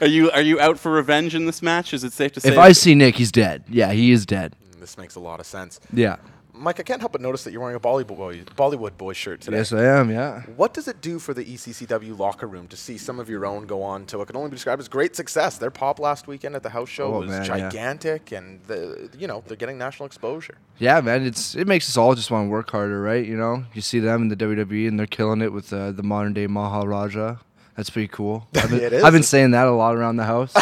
C: are you are you out for revenge in this match? Is it safe to say?
K: If I see Nick, he's dead. Yeah, he is dead.
D: This makes a lot of sense.
K: Yeah.
D: Mike, I can't help but notice that you're wearing a Bollywood boy, Bollywood boy shirt today.
K: Yes, I am. Yeah.
D: What does it do for the E ECCW locker room to see some of your own go on to what can only be described as great success? Their pop last weekend at the house show
K: Oh,
D: was
K: man, yeah.
D: gigantic, and the, you know they're getting national exposure.
K: Yeah, man, it's it makes us all just want to work harder, right? You know, you see them in the WWE and they're killing it with uh, the modern day Maharaja. That's pretty cool. I've been,
D: It is.
K: I've been saying that a lot around the house.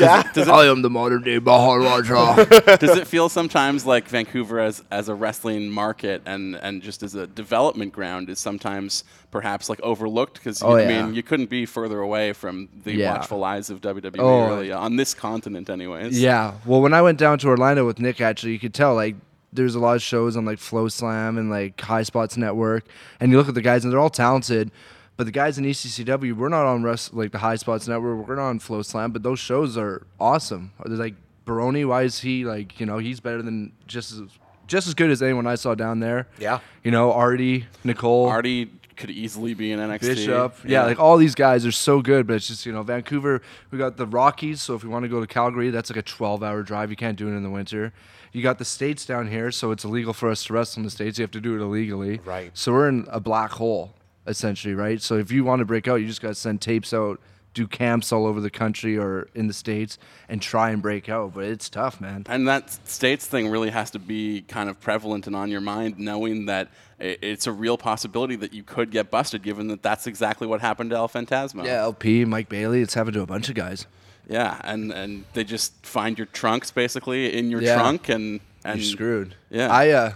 D: yeah,
K: I am the modern day Maharaja.
C: Does it feel sometimes like Vancouver as, as a wrestling market and, and just as a development ground is sometimes perhaps like overlooked? Because
K: Oh,
C: I
K: yeah.
C: mean, you couldn't be further away from the
K: Yeah.
C: watchful eyes of WWE
K: Oh.
C: really uh, on this continent, anyways.
K: Yeah. Well, when I went down to Orlando with Nick, actually, you could tell like there's a lot of shows on like Flow Slam and like High Spots Network, and you look at the guys and they're all talented. But the guys in E ECCW, we're not on rest, like the High Spots Network, we're not on Flow Slam, but those shows are awesome. They're like Baroni, why is he like you know he's better than just as just as good as anyone I saw down there.
D: Yeah.
K: You know Artie, Nicole,
C: Artie could easily be in NXT.
K: Bishop. Yeah. like oh. all these guys are so good, but it's just, you know, Vancouver, we got the Rockies, so if we want to go to Calgary, that's like a 12 hour drive. You can't do it in the winter. You got the States down here, so it's illegal for us to wrestle in the States. You have to do it illegally.
D: Right.
K: So we're in a black hole, essentially, right? So if you want to break out, you just got to send tapes out, do camps all over the country or in the States, and try and break out. But it's tough, man.
C: And that states thing really has to be kind of prevalent and on your mind, knowing that i- it's a real possibility that you could get busted, given that that's exactly what happened to El Fantasma.
K: Yeah, LP, Mike Bailey, it's happened to a bunch of guys.
C: Yeah, and and they just find your trunks basically in your
K: Yeah.
C: trunk and and
K: You're screwed.
C: Yeah.
K: I uh,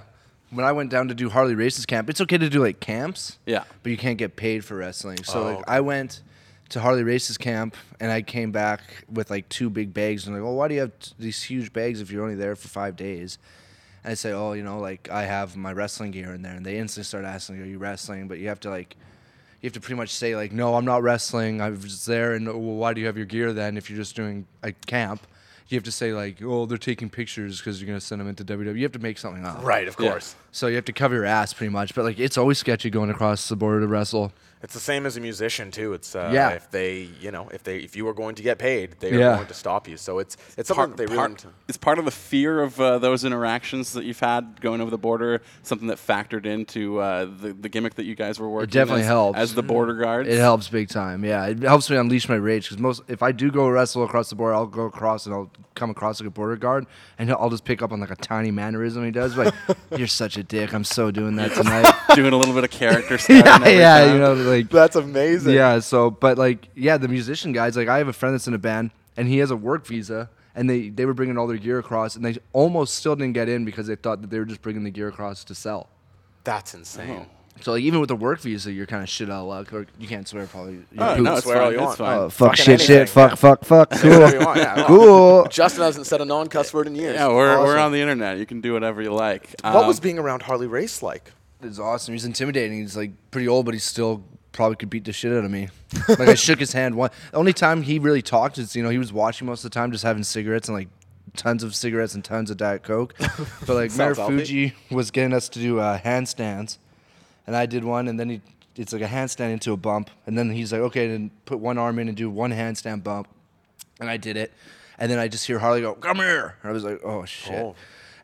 K: when I went down to do Harley races camp, it's okay to do like camps.
C: Yeah.
K: But you can't get paid for wrestling. So
D: Oh,
K: like
D: okay.
K: I went to Harley races camp and I came back with like two big bags and like, well, why do you have t- these huge bags if you're only there for five days? And I say, oh, you know, like I have my wrestling gear in there, and they instantly start asking, are you wrestling? But you have to like. You have to pretty much say like, no, I'm not wrestling. I was just there, and well, why do you have your gear then if you're just doing a camp? You have to say like, oh, they're taking pictures because you're gonna send them into WWE. You have to make something up,
D: Right, of course.
K: So you have to cover your ass pretty much. But like, it's always sketchy going across the border to wrestle.
D: It's the same as a musician too. It's uh,
K: Yeah.
D: If they, you know, if they, if you are going to get paid, they are
K: Yeah.
D: going to stop you. So it's it's something that they really. need to-
C: it's part of the fear of uh, those interactions that you've had going over the border, something that factored into uh, the, the gimmick that you guys were working.
K: definitely
C: as,
K: helps.
C: as the border guards.
K: It helps big time. Yeah, it helps me unleash my rage because most if I do go wrestle across the border, I'll go across and I'll come across like a border guard, and he'll- I'll just pick up on like a tiny mannerism he does. Like, you're such a dick. I'm so doing that tonight.
C: Doing a little bit of character stuff.
K: yeah, yeah, you know, like
D: That's amazing.
K: Yeah, so but like yeah, the musician guys, like I have a friend that's in a band and he has a work visa and they they were bringing all their gear across and they almost still didn't get in because they thought that they were just bringing the gear across to sell. Oh.
D: That's insane.
K: So like even with a work visa, you're kind of shit out of luck or you can't swear probably. You
C: Oh,
K: poop.
C: no, it's
D: Swear all
C: fine.
D: you
C: It's
D: want.
C: fine.
K: Oh, fuck
D: Fucking
K: shit shit
D: anything,
K: fuck
D: yeah.
K: fuck fuck cool.
D: Whatever you want, yeah.
K: cool.
D: Justin hasn't said a non cuss word in years.
C: yeah, we're, we're
D: Awesome.
C: on the internet. You can do whatever you like.
D: What
C: Um,
D: was being around Harley Race like?
K: It's awesome. He's intimidating. He's like pretty old but he's still probably could beat the shit out of me. Like I shook his hand one. The only time he really talked is you know he was watching most of the time, just having cigarettes and like tons of cigarettes and tons of diet coke. But like Mayor
D: Sounds healthy.
K: Fuji was getting us to do uh, handstands, and I did one, and then he it's like a handstand into a bump, and then he's like, okay, then put one arm in and do one handstand bump, and I did it, and then I just hear Harley go, come here, and I was like, oh shit.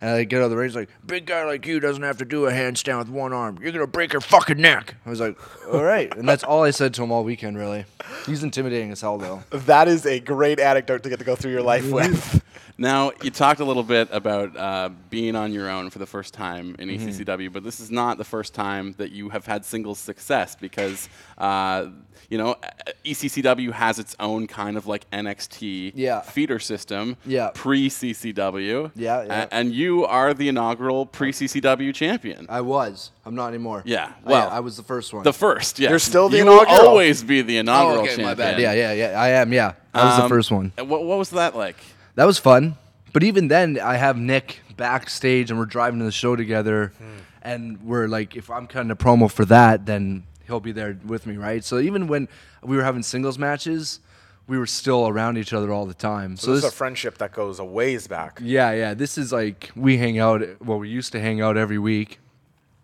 K: And I get out of the range like, big guy like you doesn't have to do a handstand with one arm. You're gonna break your fucking neck. I was like, all right. And that's all I said to him all weekend, really. He's intimidating as hell, though.
D: That is a great anecdote to get to go through your life with.
C: Now, you talked a little bit about uh, being on your own for the first time in
K: Mm-hmm.
C: ECCW, but this is not the first time that you have had singles success because, uh, you know, E ECCW has its own kind of like NXT
K: Yeah.
C: feeder system
K: Yeah.
C: pre CCW.
K: Yeah, yeah.
C: and you are the inaugural pre CCW champion.
K: I was. I'm not anymore.
C: Yeah.
K: I-
C: Well,
K: I, was the first one.
C: The first, yes.
K: You're still the
C: You will
K: inaugural?
C: always be the inaugural
K: Oh, okay,
C: champion.
K: my bad. Yeah, yeah, yeah. I am. Yeah, I was the
C: Um,
K: first one.
C: What, what was that like?
K: That was fun. But even then, I have Nick backstage, and we're driving to the show together, and we're like, if I'm cutting a promo for that, then he'll be there with me, right? So even when we were having singles matches, we were still around each other all the time.
D: So, this is a friendship that goes a ways back.
K: Yeah, yeah. This is like we hang out. Well, we used to hang out every week,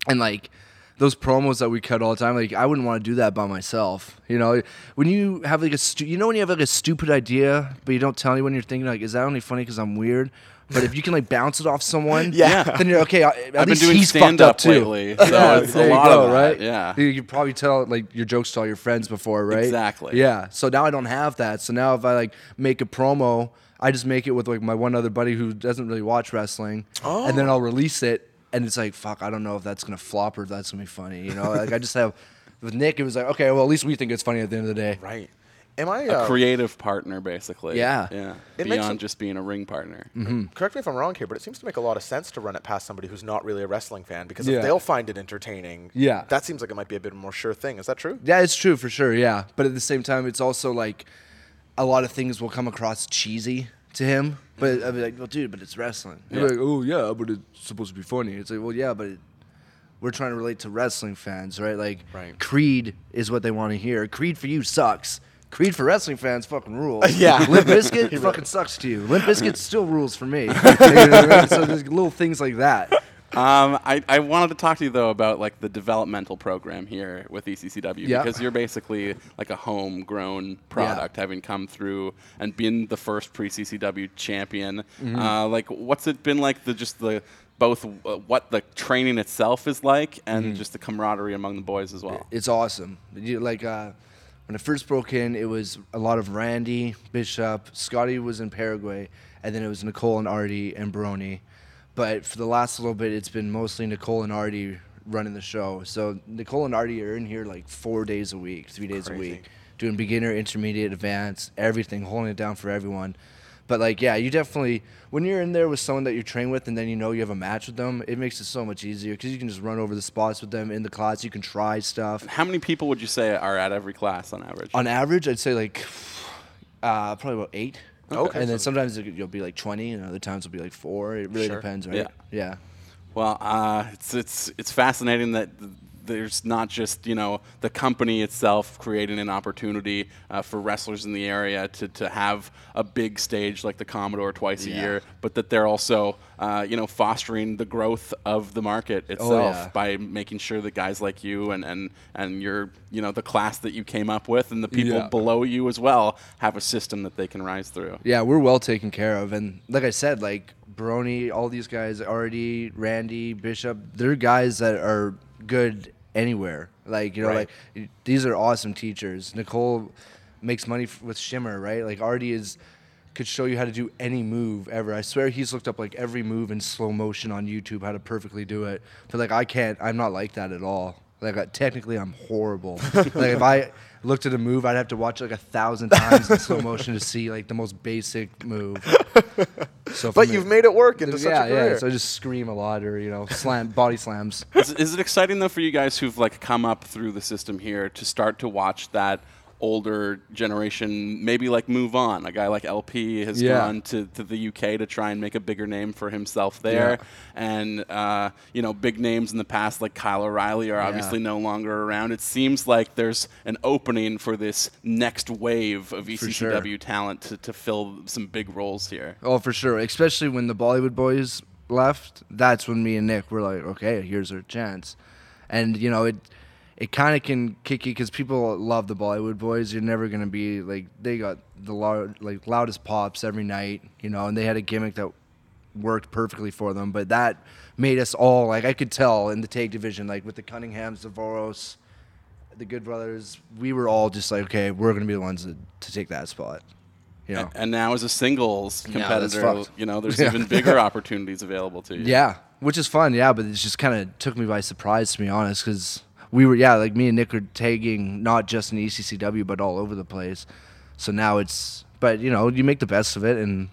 K: and like those promos that we cut all the time. Like I wouldn't want to do that by myself. You know, when you have like a stu- you know when you have like a stupid idea, but you don't tell anyone. You're thinking like, is that only funny because I'm weird? But if you can like bounce it off someone,
C: Yeah.
K: then you're okay. I- At
C: I've been
K: least
C: doing
K: he's fucked
C: stand-up
K: up too.
C: lately, so it's a
K: there you
C: lot
K: go,
C: of that,
K: right?
C: yeah.
K: you could probably tell like your jokes to all your friends before, right?
C: Exactly.
K: Yeah. So now I don't have that. So now if I like make a promo, I just make it with like my one other buddy who doesn't really watch wrestling, and then I'll release it, and it's like fuck, I don't know if that's gonna flop or if that's gonna be funny. You know, like I just have with Nick, it was like okay, well at least we think it's funny at the end of the day.
D: Right. Am I
C: a
D: uh,
C: creative partner, basically.
K: Yeah. Mm-hmm.
C: Yeah.
D: It makes
C: Beyond
D: it-
C: just being a ring partner.
D: correct me if I'm wrong here, but it seems to make a lot of sense to run it past somebody who's not really a wrestling fan because
K: Yeah.
D: if they'll find it entertaining,
K: Yeah.
D: that seems like it might be a bit more sure thing. Is that true?
K: Yeah, it's true for sure. Yeah, but at the same time, it's also like a lot of things will come across cheesy to him. But I'd be like, well, dude, but it's wrestling. He'd be
C: Yeah.
K: like, oh yeah, but it's supposed to be funny. It's like, well, yeah, but it, we're trying to relate to wrestling fans, right? Like,
D: Right.
K: Creed is what they want to hear. Creed for you sucks. Creed for wrestling fans fucking rules.
D: Yeah.
K: Limp Bizkit fucking sucks to you. Limp Bizkit still rules for me. You know what I mean? so there's little things like that.
C: Um, I, I wanted to talk to you though about like the developmental program here with E ECCW
K: Yeah.
C: because you're basically like a homegrown product, having come through and been the first pre CCW champion.
K: Mm-hmm.
C: Uh, like, what's it been like? The just the both uh, what the training itself is like and
K: Mm-hmm.
C: just the camaraderie among the boys as well.
K: It's awesome. You, like uh, when I first broke in, it was a lot of Randy Bishop. Scotty was in Paraguay, and then it was Nicole and Artie and Baroni. But for the last little bit, it's been mostly Nicole and Artie running the show. So Nicole and Artie are in here like four days a week, three days a
D: Crazy.
K: week, doing beginner, intermediate, advanced, everything, holding it down for everyone. But like, yeah, you definitely when you're in there with someone that you train with, and then you know you have a match with them, it makes it so much easier because you can just run over the spots with them in the class. You can try stuff.
C: How many people would you say are at every class on average?
K: On average, I'd say like uh, probably about eight.
D: Okay.
K: And then sometimes it- you'll be like twenty, and other times it'll be like four. It really
D: Sure.
K: depends, right?
C: Yeah.
K: Yeah.
C: Well, uh, it's it's it's fascinating that th- there's not just you know the company itself creating an opportunity uh, for wrestlers in the area to, to have a big stage like the Commodore twice a
K: Yeah.
C: year, but that they're also uh, you know fostering the growth of the market itself
K: Oh, yeah.
C: by making sure that guys like you and and and your you know the class that you came up with and the people
K: Yeah.
C: below you as well have a system that they can rise through.
K: Yeah, we're well taken care of, and like I said, like Brony, all these guys, Artie, Randy, Bishop, they're guys that are good anywhere. Like you know,
D: Right.
K: like these are awesome teachers. Nicole makes money f- with Shimmer, right? Like Artie is could show you how to do any move ever. I swear he's looked up like every move in slow motion on YouTube how to perfectly do it. But like I can't, I'm not like that at all. Like I, technically, I'm horrible. like if I looked at a move, I'd have to watch it like a thousand times in slow motion to see like the most basic move. So,
D: But
K: from
D: you've
K: there-
D: made it work into such
K: yeah,
D: a career.
K: yeah. So I just scream a lot, or you know, slam body slams.
C: is, is it exciting though for you guys who've like come up through the system here to start to watch that older generation, maybe like move on. A guy like LP has
J: Yeah.
C: gone to, to the UK to try and make a bigger name for himself there. And, uh, you know, big names in the past like Kyle O'Reilly are
J: Yeah.
C: obviously no longer around. It seems like there's an opening for this next wave of E
K: For
C: ECW
K: sure.
C: talent to, to fill some big roles here.
K: Oh, for sure. Especially when the Bollywood boys left, that's when me and Nick were like, okay, here's our chance. And you know, it it kind of can kick you because people love the Bollywood boys. You're never gonna be like they got the loud, like loudest pops every night, you know, and they had a gimmick that worked perfectly for them. But that made us all like I could tell in the tag division, like with the Cunninghams, the Voros, the Good Brothers, we were all just like, okay, we're gonna be the ones that, to take that spot. You know?
C: And, and now as a singles
K: Yeah, that's
C: competitor,
K: fucked.
C: you know, there's
K: Yeah.
C: even bigger opportunities available to you.
K: Yeah, which is fun. Yeah, but it just kind of took me by surprise, to be honest, because we were yeah, like me and Nick were tagging not just in E ECCW but all over the place. So now it's but you know you make the best of it and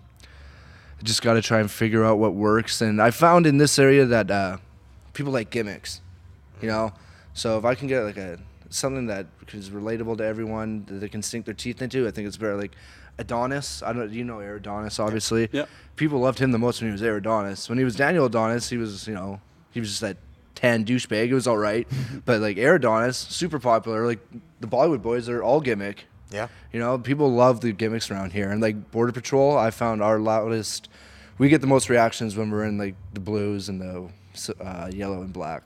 K: just got to try and figure out what works. And I found in this area that uh, people like gimmicks, you know. So if I can get like a something that is relatable to everyone that they can sink their teeth into, I think it's better. Like Adonis, I don't you know Adonis obviously.
C: Yep.
K: People loved him the most when he was Adonis. When he was Daniel Adonis, he was you know he was just that tan douchebag. It was all right, but like Adonis, super popular. Like the Bollywood boys are all gimmick.
D: Yeah.
K: You know, people love the gimmicks around here. And like Border Patrol, I found our loudest, we get the most reactions when we're in like the blues and the uh, yellow and black.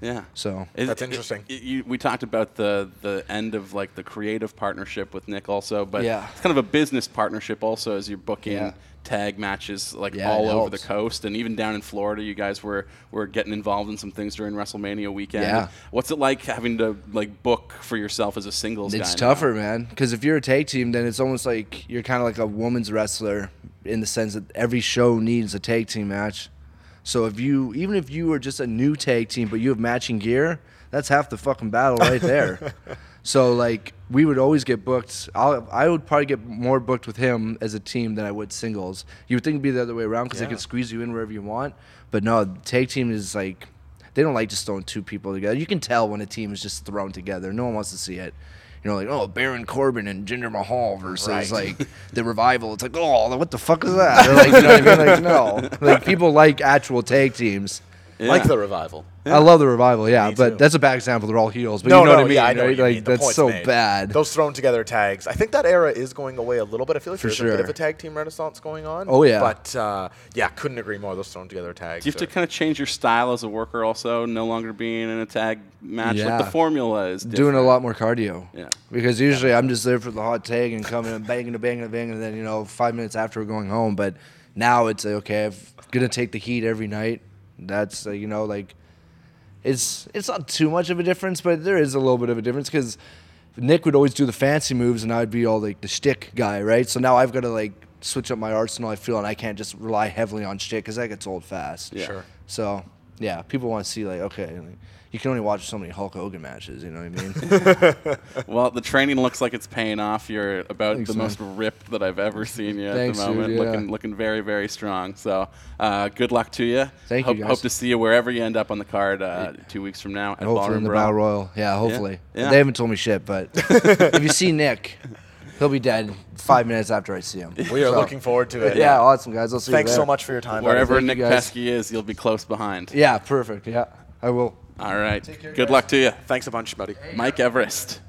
C: Yeah.
K: So
C: It- it- it- you- we talked about the the end of like the creative partnership with Nick also, but
K: Yeah.
C: it's kind of a business partnership also as you're booking
K: Yeah.
C: tag matches like
K: Yeah,
C: all
K: it
C: over the
K: helps.
C: coast and even down in Florida. You guys were were getting involved in some things during WrestleMania weekend.
K: Yeah.
C: What's it like having to like book for yourself as a singles guy?
K: it's
C: now?
K: tougher, man. Because if you're a tag team, then it's almost like you're kind of like a woman's wrestler in the sense that every show needs a tag team match. So if you, even if you are just a new tag team, but you have matching gear, that's half the fucking battle right there. so like we would always get booked. I'll, I would probably get more booked with him as a team than I would singles. You would think it'd be the other way around because
D: Yeah.
K: they can squeeze you in wherever you want. But no, tag team is like they don't like just throwing two people together. You can tell when a team is just thrown together. No one wants to see it. You know, like oh Baron Corbin and Jinder Mahal versus
D: Right.
K: like the revival. It's like oh what the fuck is that? They're like you know what I mean? Like no, like people like actual tag teams.
D: Like the revival.
K: I love the revival, yeah,
D: Me
K: but
D: too.
K: that's a bad example. They're all heels, but
D: no,
K: you know
D: no,
K: what I mean,
D: yeah, I know
K: right?
D: what you
K: like
D: mean. The
K: that's
D: point's
K: so
D: made.
K: bad.
D: Those thrown together tags. I think that era is going away a little bit. I feel like
K: For
D: there's a bit
K: sure.
D: of a tag team renaissance going on.
K: Oh, yeah.
D: But uh, yeah, couldn't agree more. Those thrown together tags.
C: Do you have to
D: are-
C: kind of change your style as a worker also, no longer being in a tag match? Like
K: Yeah.
C: the formula is different.
K: doing a lot more cardio.
C: Yeah.
K: Because usually I'm just there for the hot tag and coming and banging and banging and banging, and then you know five minutes after we're going home. But now it's like, okay, I'm gonna take the heat every night. That's uh, you know like, it's it's not too much of a difference, but there is a little bit of a difference because Nick would always do the fancy moves, and I'd be all like the shtick guy, right? So now I've got to like switch up my arsenal. I feel, and I can't just rely heavily on shtick because that gets old fast.
C: Yeah. Sure.
K: So yeah, people want to see like okay, like, you can only watch so many Hulk Hogan matches. You know what I mean?
C: Well, the training looks like it's paying off. You're about
K: Thanks,
C: the most ripped that I've ever seen you
K: Thanks,
C: at
K: dude,
C: the moment.
K: yeah.
C: Looking looking very very strong. So, uh, good luck to you.
K: Thank you,
C: hope,
K: guys.
C: Hope to see you wherever you end up on the card uh, two weeks from now at
K: hopefully
C: Ballroom
K: in the
C: Brawl.
K: Battle Royal. Yeah, hopefully.
C: Yeah.
K: They haven't told me shit, but if you see Nick, he'll be dead five minutes after I see him.
D: We are
K: So-
D: looking forward to it.
K: Yeah, awesome guys. I'll see you
D: Thanks so
K: later.
D: much for your time.
C: Wherever
D: buddy.
C: Nick
K: you, guys.
C: Pesky is, you'll be close behind.
K: Yeah, perfect. Yeah, I will.
C: All right.
K: care,
C: Good
K: guys.
C: luck to you.
D: Thanks a bunch, buddy.
C: Mike Everest.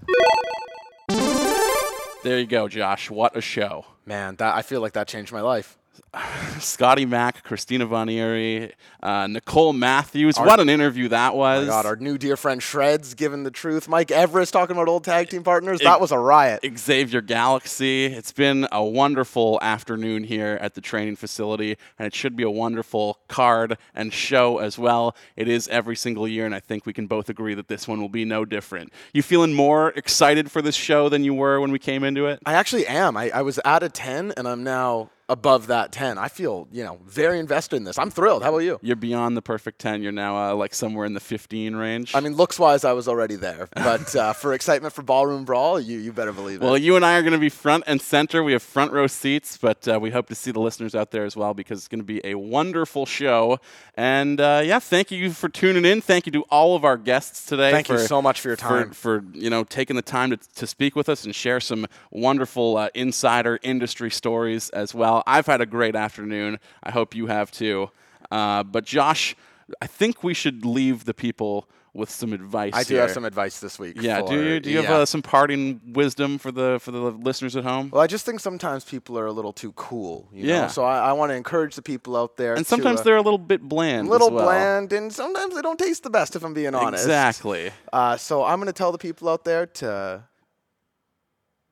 C: There you go, Josh. What a show.
D: Man, that I feel like that changed my life.
C: Scotty Mack, Christina Vanieri, uh, Nicole Matthews.
D: Our-
C: what an interview that was.
D: Oh my God, our new dear friend Shreds giving the truth. Mike Everest talking about old tag team partners.
C: It-
D: that was a riot.
C: Xavier Galaxy. It's been a wonderful afternoon here at the training facility, and it should be a wonderful card and show as well. It is every single year, and I think we can both agree that this one will be no different. You feeling more excited for this show than you were when we came into it?
D: I actually am. I, I was at a 10 and I'm now above that 10. I feel, you know, very invested in this. I'm thrilled. How about you?
C: You're beyond the perfect 10. You're now uh, like somewhere in the 15 range.
D: I mean, looks wise, I was already there. But uh, for excitement for Ballroom Brawl, you, you better believe it.
C: Well, you and I are going to be front and center. We have front row seats, but uh, we hope to see the listeners out there as well because it's going to be a wonderful show. And uh, yeah, thank you for tuning in. Thank you to all of our guests today.
D: Thank you
C: for-
D: so much for your time.
C: For, you know taking the time to, to speak with us and share some wonderful uh, insider industry stories as well. I've had a great afternoon. I hope you have too. Uh, but Josh, I think we should leave the people with some advice.
D: I do have
C: here.
D: some advice this week
C: Yeah. do
D: for-
C: you do you have
D: yeah.
C: uh, some parting wisdom for the for the listeners at home?
D: Well, I just think sometimes people are a little too cool. You
C: Yeah.
D: Know? So I, I want to encourage the people out there.
C: And sometimes
D: to, uh,
C: they're a little bit bland.
D: a little
C: as well.
D: bland, and sometimes they don't taste the best, if I'm being honest.
C: Exactly.
D: Uh, so I'm going to tell the people out there to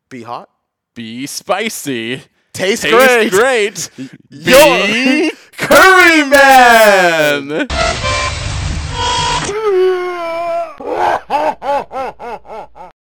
D: be hot.
C: Be spicy.
D: Taste,
C: great.
D: Yo-
C: Be curry man.